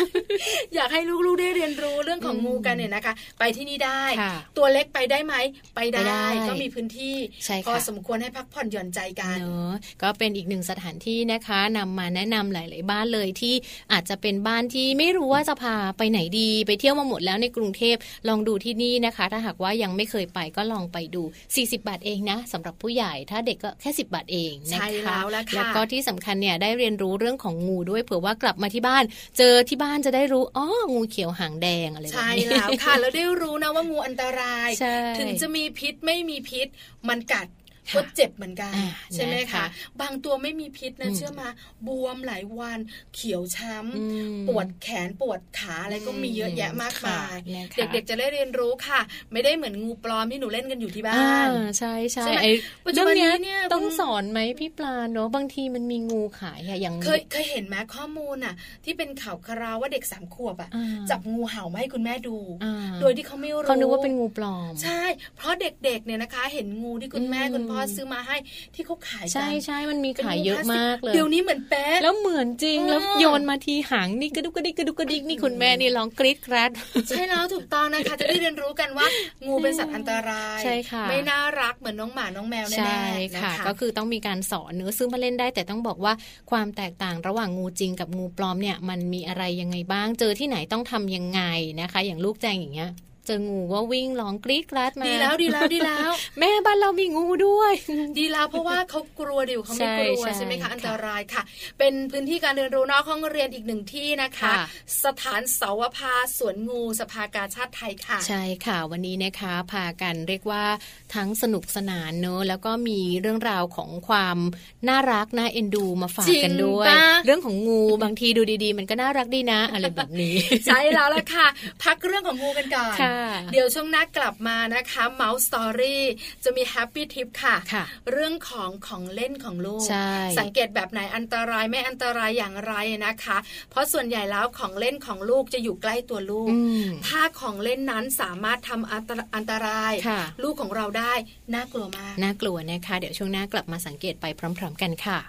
S3: อยากให้ลูกๆได้เรียนรู้เรื่องของงูกันเนี่ยนะคะ ไปที่นี่ได้
S2: ค่ะ
S3: ตัวเล็กไปได้ไหม ไปได้
S2: ไปได้
S3: ก็มีพื้นที่
S2: ใช่ค่ะ
S3: พอสมควรให้พักผ่อนหย่อนใจกัน
S2: เนอะก็เป็นอีกหนึ่งสถานที่นะคะนำมาแนะนำหลาย ๆ บ้านเลยที่อาจจะเป็นบ้านที่ไม่รู้ว่าจะพาไปไหนดี ไปเที่ยวมาหมดแล้วในกรุงเทพลองดูที่นี่นะคะ ถ้าหากว่ายังไม่เคยไปก็ลองไปดู 40 บาทเองนะสำหรับผู้ใหญ่ถ้าเด็กก็แค่ 10 บาทเองนะคะ
S3: ใช่แล้วล่ะค่ะ
S2: แล้วก็ที่สำคัญเนี่ยได้เรียนรู้เรื่องของงูด้วยเผื่อว่ากลับมาที่บ้าน เจอที่บ้านจะได้รู้อ๋องูเขียวหางแดงอะไรแบบ
S3: ใช่
S2: นี้
S3: แล้วค่ะ แล้วได้รู้นะว่างูอันตราย
S2: ใช่
S3: ถึงจะมีพิษไม่มีพิษ มันกัด
S2: ค่ะ
S3: ก็เจ็บเหมือนกัน
S2: อ่า
S3: ใช่ไหม
S2: นะคะ
S3: คะ บางตัวไม่มีพิษนะ
S2: อืม
S3: เชื่อมาบวมหลายวัน เขียวช้
S2: อื
S3: ำ
S2: ม
S3: ปวดแขนปวดขาอะไรก็มีเยอะแยะมากมาย
S2: ค่ะนะคะ
S3: เด็กๆจะได้เรียนรู้ค่ะ ไม่ได้เหมือนงูปลอมที่หนูเล่นกันอยู่ที่บ้าน
S2: อ่ใช่ใช่
S3: ใช่ไหม
S2: ไอ้
S3: ปัจจุ
S2: เรื่อ
S3: บั
S2: ง
S3: นนี้
S2: เนี้ย
S3: เนี่ย
S2: ต้อง
S3: คุณ
S2: สอนไหมพี่ปลาเนาะบางทีมันมีงูขายอะอย่าง
S3: เคยเคยเห็นไหมข้อมูลน่ะ ที่เป็นข่าวคราวว่าเด็กสามขวบอ่ะ
S2: อ่า
S3: จับงูเห่ามาให้คุณแม่ดู
S2: อ่า
S3: โดยที่เขาไม่รู้
S2: เขานึกว่าเป็นงูปลอม
S3: ใช่ เพราะเด็กๆเนี่ยนะคะ เห็นงูที่คุณแม่
S2: อืม
S3: คุณพ่อ อซื้อมาให้ที่เขาขายกัน
S2: ใช่ใช่มันมี
S3: ป็น
S2: ขายเยอะ
S3: พลติ
S2: มากเลย
S3: เดี๋ยวนี้เหมือนแป๊ะ
S2: แล้วเหมือนจริง
S3: เออ
S2: แล้วโยนมาทีหางนี่กระดุกกระดิกกระดุกกระดิกนี่คุณแม่นี่ร้องกรี๊ดกราด
S3: ใช่แล้วถูกต้อง นะคะ จะได้เรียนรู้กันว่า งูเป็นสัตว์อันตราย
S2: ใช่ค่ะ
S3: ไม่น่ารักเหมือนน้องหมาน้องแมวแน่
S2: ใช่
S3: ๆนะ
S2: ค่ะ
S3: คะ
S2: ก็คือต้องมีการสอนเนื้อะซึ่งมาเล่นได้ แต่ต้องบอกว่าความแตกต่างระหว่างงูจริงกับงูปลอมเนี่ย มันมีอะไรยังไงบ้างเจอที่ไหนต้องทำยังไงนะคะ อย่างลูกแจงอย่างเงี้ย เจองูก็วิ่งร้องกรี๊ดกราดมา
S3: ดีแล้วดีแล้วดีแล้ว
S2: แม่บ้านเรามีงูด้วย
S3: ดีแล้วเพราะว่าเขากลัวเดี๋ยวเขาไม่กลัว
S2: ใช่ใช่
S3: ใช่ไหมคะอันต
S2: ค่ะ
S3: รายค่ะ เป็นพื้นที่การเรียนรู้นอกห้องเรียนอีกหนึ่งที่นะคะ
S2: ค่ะ
S3: สถานเสาวภาสวนงูสภากาชาติไทยค่ะ
S2: ใช่ค่ะวันนี้นะคะพากันเรียกว่าทั้งสนุกสนานเนอะแล้วก็มีเรื่องราวของความน่ารักน่าเอ็นดูมาฝากกันด้วย
S3: จริงปะ
S2: เรื่องของงูบางทีดูดีๆ มันก็น่ารักดีนะ อะไรแบบนี้
S3: ใช่แล้วล่ะค่ะ พักเรื่องของงูกันก่อน
S2: ค่ะ
S3: เดี๋ยวช่วงหน้ากลับมานะคะเมาส์สตอรี่จะมีแฮปปี้ทิปค่ะ
S2: ค่ะ
S3: เรื่องของของเล่นของลูก
S2: ใช่
S3: สังเกตแบบไหนอันตรายไม่อันตรายอย่างไรนะคะ เพราะส่วนใหญ่แล้วของเล่นของลูกจะอยู่ใกล้ตัวลูก
S2: อืม
S3: ถ้าของเล่นนั้นสามารถทำอันตรอันตราย
S2: ค่ะ
S3: ลูกของเราได้ น่ากลัวมาก
S2: น่ากลัวนะคะ เดี๋ยวช่วงหน้ากลับมาสังเกตไปพร้อม ๆ กันค่ะ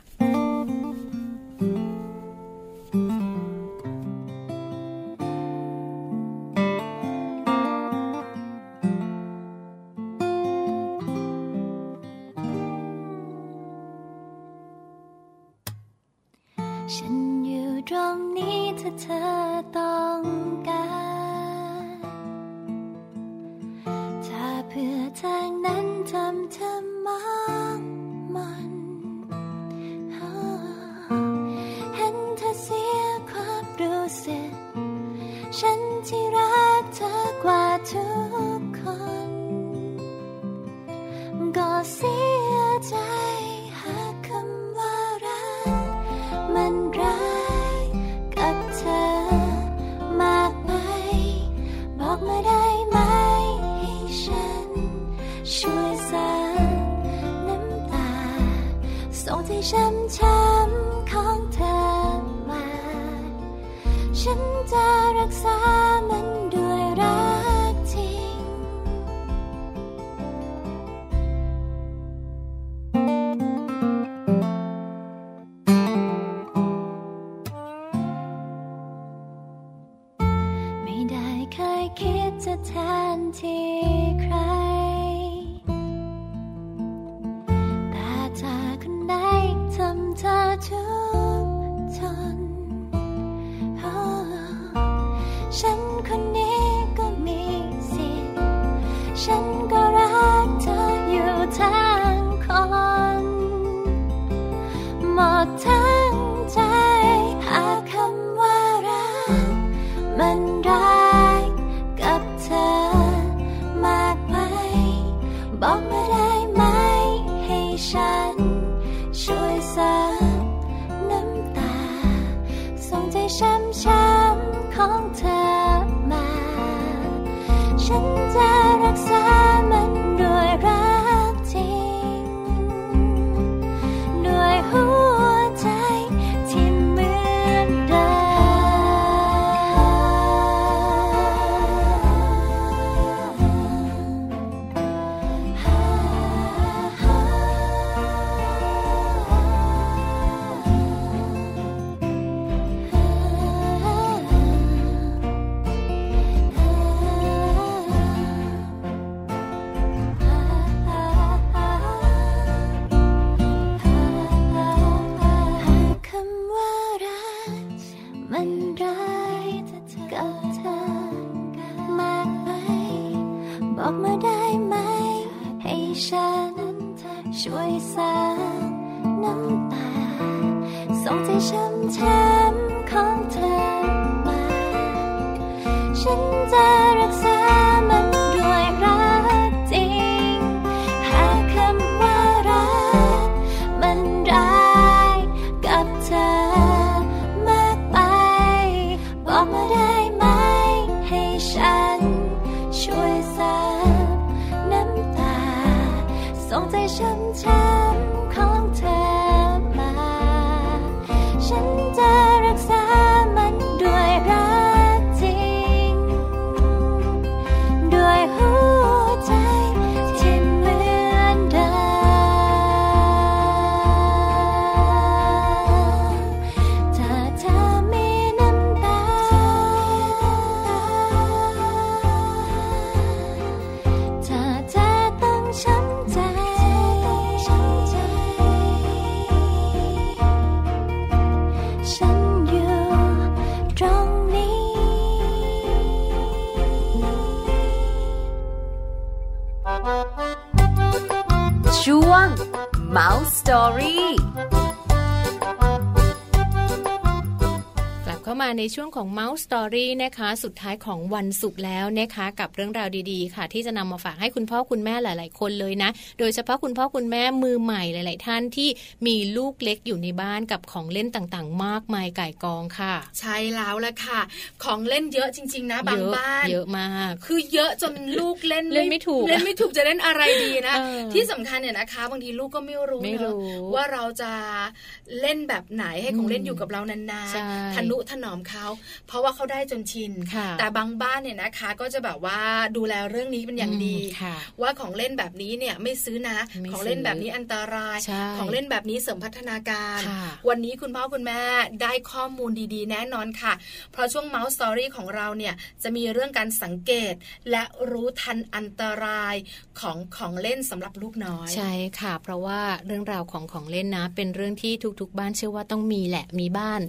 S6: ฉันอยู่ตรงนี้ถ้าเธอต้องการ ถ้าเพื่อทางนั้นทำเธอมองมันอ้อเห็นเธอเสียความรู้สึก ฉันที่รักเธอกว่าทุกคน ก็เสียใจหากคำว่ารัก มันร้ายกับเธอมากไป บอกมาได้ไหมให้ฉัน ช่วยสานน้ำตา ส่งที่ช้ำช้ำของเธอมา ฉันจะรักษามันด้วยรักจริง ไม่ได้เคยคิดจะแทนที่ใคร แต่ถ้าคนไหนทำเธอทุกข์ทนโอ้ฉันคนนี้ก็มีสิทธิ์ ฉันก็รักเธออยู่ทั้งคน หมดทั้งใจหากคำว่ารัก มันร้ายกับเธอมากไป บอกมาได้ไหมให้ฉัน ช่วยซับน้ำตา ส่งใจช้ำช้ำๆของเธอมา ฉันจะรักษามันด้วยรักจริง ด้วยหัวใจที่เหมือนเดิม คำว่ารักมันร้ายกับเธอมากไป บอกมาได้ไหม ให้ฉันช่วยสร้างน้ำตา ส่งใจช้ำช้ำของเธอมา ฉันจะรักษามันด้วยรักจริง หากคำว่ารัก มันร้ายกับเธอมากไป บอกมาได้ไหม ให้ฉัน ช่วยซับน้ำตา ส่งใจช้ำช้ำๆของเธอมา ฉันจะรัก
S5: Mouse Story
S2: กลับเข้ามาในช่วงของ Mouse Story นะคะ สุดท้ายของวันศุกร์แล้วนะคะ กับเรื่องราวดีๆ ค่ะ ที่จะนำมาฝากให้คุณพ่อคุณแม่หลาย ๆ คนเลยนะ โดยเฉพาะคุณพ่อคุณแม่มือใหม่หลาย ๆ ท่านที่มีลูกเล็กอยู่ในบ้านกับของเล่นต่างๆ มากมายก่ายกองค่ะ
S3: ใช่แล้วละค่ะ ของเล่นเยอะจริง ๆ นะบาง
S2: เยอะ
S3: บ้าน
S2: เยอะมาก
S3: คือเยอะจนลูกเล่น
S2: เล่นไม่ถูก
S3: เล่นไม่ถูกจะเล่นอะไรดีนะ
S2: เออ
S3: ที่สำคัญเนี่ยนะคะ บางทีลูกก็ไม่รู้
S2: ไม่
S3: เน
S2: รู้
S3: อะว่าเราจะเล่นแบบไหนให้ของเล่น
S2: อืม
S3: อยู่กับเรานาน
S2: ใช่
S3: ๆทนุถนอมเขาเพราะว่าเขาได้จนชิน
S2: ค่ะ
S3: แต่บางบ้านเนี่ยนะคะ ก็จะแบบว่าดูแลเรื่องนี้เป็นอย่างดี
S2: มค่ะ
S3: ว่าของเล่นแบบนี้เนี่ยไม่ซื้อนะ
S2: ไม่
S3: ของเล่นแบบนี้อันตราย
S2: ใช่
S3: ของเล่นแบบนี้เสริมพัฒนาการ
S2: ค่ะ
S3: วันนี้คุณพ่อคุณแม่ได้ข้อมูลดีๆ แน่นอนค่ะ เพราะช่วง Mouse Story ของเราเนี่ยจะมีเรื่องการสังเกต และรู้ทันอันตรายของของเล่นสำหรับลูกน้อย
S2: ใช่ค่ะ เพราะว่าเรื่องราวของของเล่นนะ เป็นเรื่องที่ทุกๆ บ้านเชื่อว่าต้องมีแหละมีบ้าน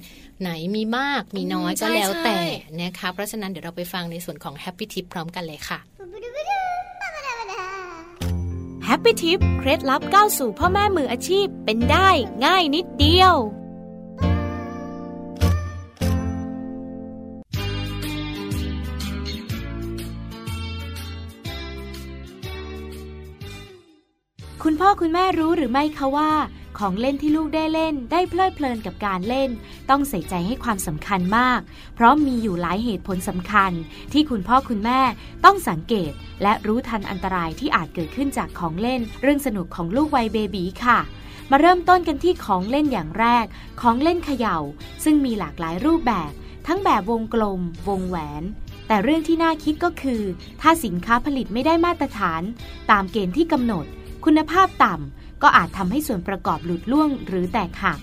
S2: ไหนมีมากมีน้อย
S3: อืมใช่
S2: ก็แล้วแต่
S3: ใช่
S2: นะคะเพราะฉะนั้นเดี๋ยวเราไปฟังในส่วนของ Happy Tip พร้อมกันเลยค่ะ
S4: แฮปปี้ทิปเคล็ดลับก้าวสู่พ่อแม่มืออาชีพเป็นได้ง่ายนิดเดียว คุณพ่อคุณแม่รู้หรือไม่คะว่า ของเล่นที่ลูกได้เล่น ได้เพลิดเพลินกับการเล่น ต้องใส่ใจให้ความสำคัญมาก เพราะมีอยู่หลายเหตุผลสำคัญ ที่คุณพ่อคุณแม่ต้องสังเกต และรู้ทันอันตรายที่อาจเกิดขึ้นจากของเล่น เรื่องสนุกของลูกวัยเบบีค่ะ มาเริ่มต้นกันที่ของเล่นอย่างแรก ของเล่นเขย่า ซึ่งมีหลากหลายรูปแบบ ทั้งแบบวงกลม วงแหวน แต่เรื่องที่น่าคิดก็คือ ถ้าสินค้าผลิตไม่ได้มาตรฐาน ตามเกณฑ์ที่กำหนด คุณภาพต่ำก็อาจทำให้ส่วนประกอบหลุดล่วงหรือแตกหัก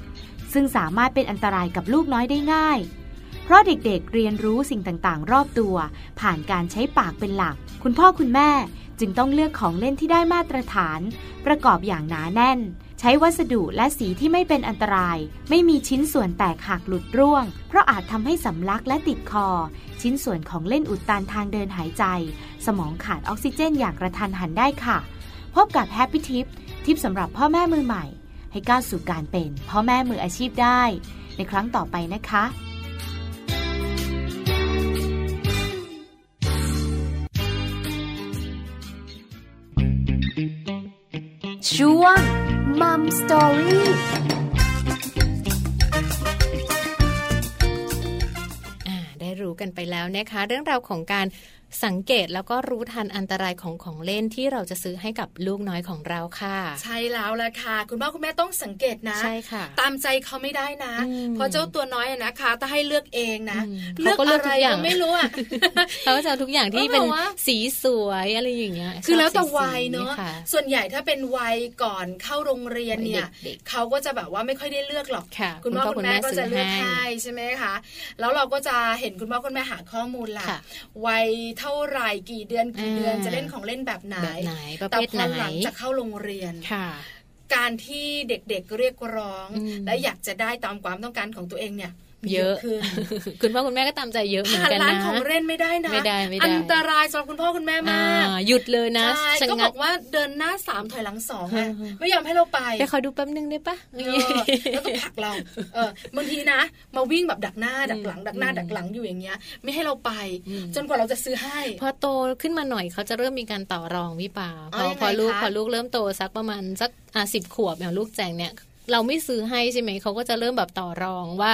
S4: ซึ่งสามารถเป็นอันตรายกับลูกน้อยได้ง่าย เพราะเด็กๆ เรียนรู้สิ่งต่างๆ รอบตัว ผ่านการใช้ปากเป็นหลัก คุณพ่อคุณแม่จึงต้องเลือกของเล่นที่ได้มาตรฐาน ประกอบอย่างหนาแน่น ใช้วัสดุและสีที่ไม่เป็นอันตราย ไม่มีชิ้นส่วนแตกหักหลุดร่วง เพราะอาจทำให้สำลักและติดคอ ชิ้นส่วนของเล่นอุดตันทางเดินหายใจ สมองขาดออกซิเจนอย่างกระทันหันได้ค่ะ พบกับแฮปปี้ทิปทิปสำหรับพ่อแม่มือใหม่ ให้ก้าวสู่การเป็นพ่อแม่มืออาชีพได้ ในครั้งต่อไปนะคะ
S5: ช่วงมัมสตอรี่
S2: อ่าได้รู้กันไปแล้วนะคะ เรื่องราวของการสังเกตแล้วก็รู้ทันอันตรายของของเล่นที่เราจะซื้อให้กับลูกน้อยของเราค่ะ
S3: ใช่แล้วล่ะค่ะ คุณพ่อคุณแม่ต้องสังเกตนะ
S2: ใช่ค่ะ
S3: ตามใจเขาไม่ได้นะ
S2: อืม
S3: เพราะเจ้าตัวน้อยอะนะคะ ถ้าให้เลือกเองนะ
S2: อืม
S3: อะ
S2: เขาก็เลือกทุ
S3: ไร
S2: กอย่าง
S3: ก็ไม่รู้อะ
S2: เขาก็จะเอาทุกอย่างที่
S3: เออ
S2: เป็น
S3: แบบว่า
S2: สีสวยอะไรอย่างเงี้ย
S3: คือแล้วแต่
S2: ชบสี
S3: วัยเนอะ
S2: ค่
S3: ส่วนใหญ่ถ้าเป็นวัยก่อนเข้าโรงเรียนเนี่ย
S2: เด็ก
S3: เขาก็จะแบบว่าไม่ค่อยได้เลือกหรอก
S2: ค่ะ
S3: ณพ่อคุณแม่ก็จะเลือก
S2: ซื้อให้
S3: ให้ใช่ไหมคะแล้วเราก็จะเห็นคุณพ่อคุณแม่หาข้อมูลละ
S2: ค่ะ
S3: วัยเท่าไหร่กี่เดือนกี่เดือน
S2: อ่า
S3: จะเล่นของเล่นแบบไหน
S2: แบบไหนประ
S3: แต่
S2: เภท
S3: พ
S2: ไหน
S3: อหลังจากเข้าโรงเรียน
S2: ค่ะ
S3: การที่เด็กๆเรียกร้อง
S2: อืม
S3: และอยากจะได้ตามความต้องการของตัวเองเนี่ยมี
S2: เยอะ
S3: ขึ้น
S2: คุณพ่อคุณแม่ก็ตามใจเยอะเหมือน
S3: ผ่าน
S2: กัน
S3: ร้าน
S2: นะ
S3: ของเล่นไม่ได้นะ
S2: ไม่ได้ไม่ได้
S3: อันตรายสำหรับคุณพ่อคุณแม่
S2: อ่าม
S3: าก
S2: หยุดเลยนะ
S3: ใช่
S2: ชะ
S3: ก็บ
S2: งั
S3: อก กว่าเดินหน้าสามถอยหลังสองอะ
S2: เออ
S3: ไม่ยอมให้เราไป
S2: ไปขอดูแป๊บนึงได้ปะ
S3: เออแล้วก็ผลักเราเออบางทีนะ มาวิ่งแบบดักหน้าดักหลัง ดักหน้า
S2: อืม
S3: ดักหลังอยู่อย่างเงี้ย ไม่ให้เราไป
S2: อืม
S3: จนกว่าเราจะซื้อให้
S2: พอโตขึ้นมาหน่อยเขาจะเริ่มมีการต่อรองวิปาพอ
S3: เอายังไง
S2: พอลูก
S3: คะ
S2: พอลูกเริ่มโตสักประมาณสักอ่ะสิบขวบอย่างลูกแจงเนี่ยเราไม่ซื้อให้ใช่ไหมเขาก็จะเริ่มแบบต่อรองว่า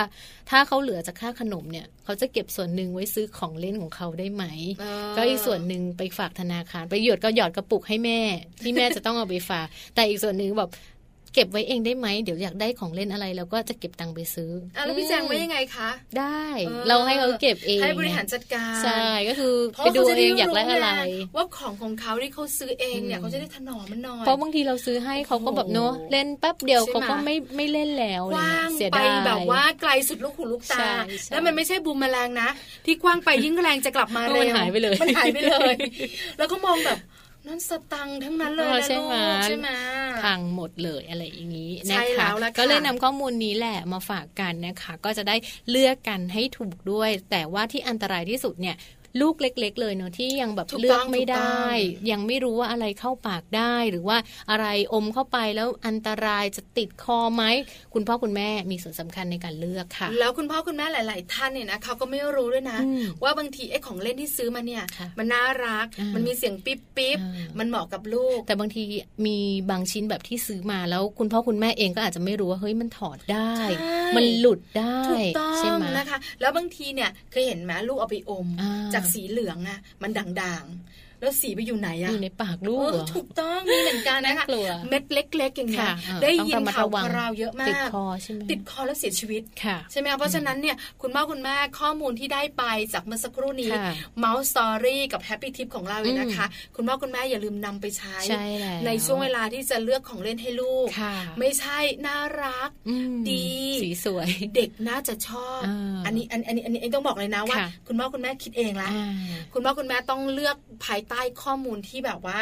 S2: ถ้าเขาเหลือจากค่าขนมเนี่ยเขาจะเก็บส่วนหนึ่งไว้ซื้อของเล่นของเขาได้ไหม
S3: เออ
S2: ก็อีกส่วนหนึ่งไปฝากธนาคาร ไปหยดก็หยอดกระปุกให้แม่ ที่แม่จะต้องเอาไปฝาก แต่อีกส่วนหนึ่งแบบเก็บไว้เองได้ไหมเดี๋ยวอยากได้ของเล่นอะไรเราก็จะเก็บตังค์ไปซื้อ
S3: อ่ะแล้วพี่แจงว่ายังไงคะ
S2: ได้
S3: ออ
S2: เราให้เขาเก็บเอง
S3: ให้บริหารจัดการ
S2: ใช่ก็คือ
S3: เพราะ
S2: ไปดู
S3: ขจะ
S2: เองอยากได้
S3: ง
S2: อะไร
S3: ว่าของของเขาที่เขาซื้อเองเนี่ย
S2: อืม
S3: เขาจะได้ถนอมมันหน่อย
S2: เพราะบางทีเราซื้อให้เขาก็แบบเนอะเล่นแป๊บเดียว
S3: ใช่ไหม
S2: เขาก็ไม่ไม่เล่นแล้วอะไร
S3: ว้า
S2: เงี้
S3: ง
S2: ยเสีย
S3: ไป
S2: ดาย
S3: แบบว่าไกลสุดลูกหูลูกตา
S2: ใช่ใช่
S3: แล้วมันไม่ใช่บูมแมลงนะ ที่กว้างไปยิ่งแรงจะกลับมา
S2: เอ
S3: เร็
S2: อ
S3: ว
S2: มันหายไปเลย
S3: มันหายไปเลย แล้วก็มองแบบนั่นสตังค์ทั้งนั้นเลย
S2: เออ
S3: นะ
S2: ใช่
S3: ลู
S2: ไหม
S3: กใช่ไหม
S2: พังหมดเลยอะไรอย่างนี้
S3: ใช่
S2: นะ
S3: แล้
S2: คะ
S3: วล่ะค่ะ
S2: ก็เลยนำข้อมูลนี้แหละมาฝากกันนะคะ ก็จะได้เลือกกันให้ถูกด้วย แต่ว่าที่อันตรายที่สุดเนี่ย ลูกเล็ก ๆ เลยเนอะที่ยังแบบ
S3: ถูก
S2: เลื
S3: ต้
S2: อ
S3: อก ง
S2: ไม่
S3: ถูกต้
S2: ได้
S3: อง
S2: ยังไม่รู้ว่าอะไรเข้าปากได้ หรือว่าอะไรอมเข้าไปแล้วอันตรายจะติดคอไหมคุณพ่อคุณแม่มีส่วนสำคัญในการเลือกค่ะ
S3: แล้วคุณพ่อคุณแม่หลาย ๆ ท่านเนี่ยนะเขาก็ไม่รู้ด้วยนะ
S2: อืม
S3: ว่าบางทีไอ้ของเล่นที่ซื้อมาเนี่ย
S2: ค่ะ
S3: มันน่ารัก
S2: อ่ามั
S3: มันมีเสียงปิ๊บปิ๊บ
S2: อ่ามั
S3: มันเหมาะกับลูก
S2: แต่บางทีมีบางชิ้นแบบที่ซื้อมาแล้วคุณพ่อคุณแม่เองก็อาจจะไม่รู้ว่าเฮ้ยมันถอดได้
S3: ใช่
S2: มันหลุดได้
S3: ถูกต้อ
S2: ใช่
S3: ง
S2: ไหม
S3: นะคะ แล้วบางทีเนี่ยเคยเห็นไหมลูกเอาไปอม
S2: อ่า
S3: จากสีเหลืองอะมันด่างๆ แล้วสีไปอยู่ไหน
S2: อ
S3: อะ
S2: ยู่ในปากลู
S3: เอก อ
S2: เหรอ
S3: ถูกต้องมีเหมือนกันนะ
S2: น่า
S3: คะ
S2: กลัว
S3: เม็ดเล็ก ๆ อย่างเงี้ย
S2: ค่ะอ่า
S3: ได้
S2: ต้อง
S3: ยิน
S2: ระมัด
S3: ข่าว
S2: ระวัง
S3: คราวเยอะมา
S2: ติด
S3: ก
S2: คอใช่ไหม
S3: ติดคอแล้วเสียชีวิต
S2: ค่ะ
S3: ใช่ไหมคะเพราะฉะนั้นเนี่ยคุณพ่อคุณแม่ข้อมูลที่ได้ไปจากเมื่อสักครู่นี้
S2: ค่ะ
S3: เมาส์สตอรี่กับแฮปปี้ทิปของเราเลยนะคะ คุณพ่อคุณแม่อย่าลืมนำไปใช้
S2: ใช่แล้ว
S3: ในช่วงเวลาที่จะเลือกของเล่นให้ลูก
S2: ค่ะ
S3: ไม่ใช่น่ารั ก
S2: อืม
S3: ดี
S2: สีสวย
S3: เด็กน่าจะชอบ
S2: อ่า
S3: อันนี้อันอันนี้อันนี้อันนี้ต้องบอกเลยนะว่า
S2: ค่ะ
S3: คุณพ่อคุณแม่คิดเองละ
S2: อ่า
S3: คุณพ่อคุณแม่ต้องเลือกภายใต้ข้อมูลที่แบบว่า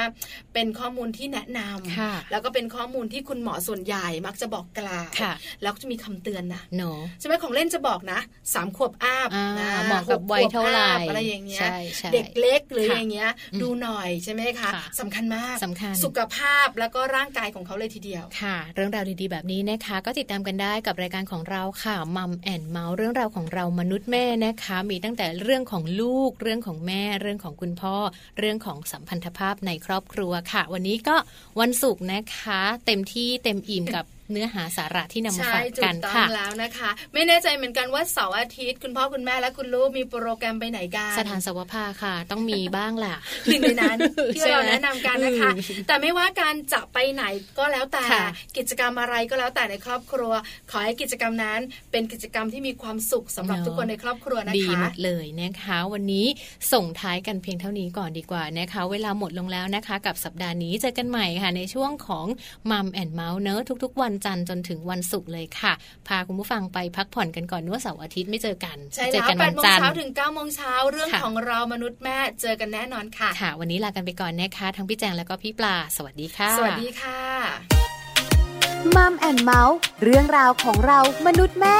S3: เป็นข้อมูลที่แนะนำ
S2: ค่ะ
S3: แล้วก็เป็นข้อมูลที่คุณหมอส่วนใหญ่มักจะบอกกล่าว
S2: ค่ะ
S3: แล้วก็จะมีคำเตือนนะ
S2: เนอะ
S3: ใช่ไหมของเล่นจะบอกนะสามขวบอาบ
S2: อ่า
S3: นะ
S2: เหมาะกับ
S3: ข
S2: วัยเท่าไหร่
S3: ขวบออะไรอย่างเงี้ย
S2: ใช่ใช่
S3: เด็กเล็กหรือ
S2: ค่ะ
S3: อย่างเงี้ย
S2: อืม
S3: ดูหน่อยใช่ไหมคะ
S2: ค่ะ
S3: สำคัญมาก
S2: สำคัญ
S3: สุขภาพแล้วก็ร่างกายของเขาเลยทีเดียว
S2: ค่ะ เรื่องราวดีๆ แบบนี้นะคะ ก็ติดตามกันได้กับรายการของเราค่ะมัมแอนเมาส์เรื่องราวของเรามนุษย์แม่นะคะ มีตั้งแต่เรื่องของลูก เรื่องของแม่ เรื่องของคุณพ่อ เรื่องของสัมพันธภาพในครอบครัวค่ะ วันนี้ก็วันศุกร์นะคะ เต็มที่เต็มอิ่มกับเนื้อหาสาระที่นำมา
S3: ใช่
S2: ฝาก
S3: ถู
S2: กั
S3: ก
S2: น
S3: ต้อ
S2: ค่ะ
S3: งแล้วนะคะ ไม่แน่ใจเหมือนกันว่าเสาร์อาทิตย์ คุณพ่อคุณแม่และคุณลูกมีโปรแกรมไปไหนกัน
S2: สถานสวภาค่ะ ต้องมีบ้างล่ะ
S3: หนึ่งในนั้น ที่
S2: ใช่ไหม
S3: เราแนะนำกันนะคะ แต่ไม่ว่าการจะไปไหนก็แล้วแต่
S2: ค่ะ
S3: กิจกรรมอะไรก็แล้วแต่ในครอบครัว ขอให้กิจกรรมนั้น เป็นกิจกรรมที่มีความสุขสำหรับทุกคนในครอบครัวนะคะ
S2: ดีหมดเลยนะคะ วันนี้ส่งท้ายกันเพียงเท่านี้ก่อนดีกว่านะคะ เวลาหมดลงแล้วนะคะ กับสัปดาห์นี้เจอกันใหม่ค่ะ ในช่วงของมัมแอนเมาส์เนอะทุกๆ วันจันทร์จนถึงวันศุกร์เลยค่ะ พาคุณผู้ฟังไปพักผ่อนกันก่อนเนอะเสาร์อาทิตย์ไม่เจอกัน
S3: ใช่
S2: เจ
S3: แล้
S2: อ
S3: ว
S2: กัน
S3: แป
S2: วั
S3: ด
S2: น
S3: โมง
S2: จันท
S3: เช้า
S2: ร์
S3: ถึง9ก้าโมงเช้าเรื่อง
S2: ค่ะ
S3: ของเรามนุษย์แม่เจอกันแน่นอนค่ะ
S2: ค่ะ วันนี้ลากันไปก่อนนะคะ ทั้งพี่แจงแล้วก็พี่ปลา สวัสดีค่ะ
S3: สวัสดีค่ะ
S5: มัมแอนเมาส์เรื่องราวของเรามนุษย์แม่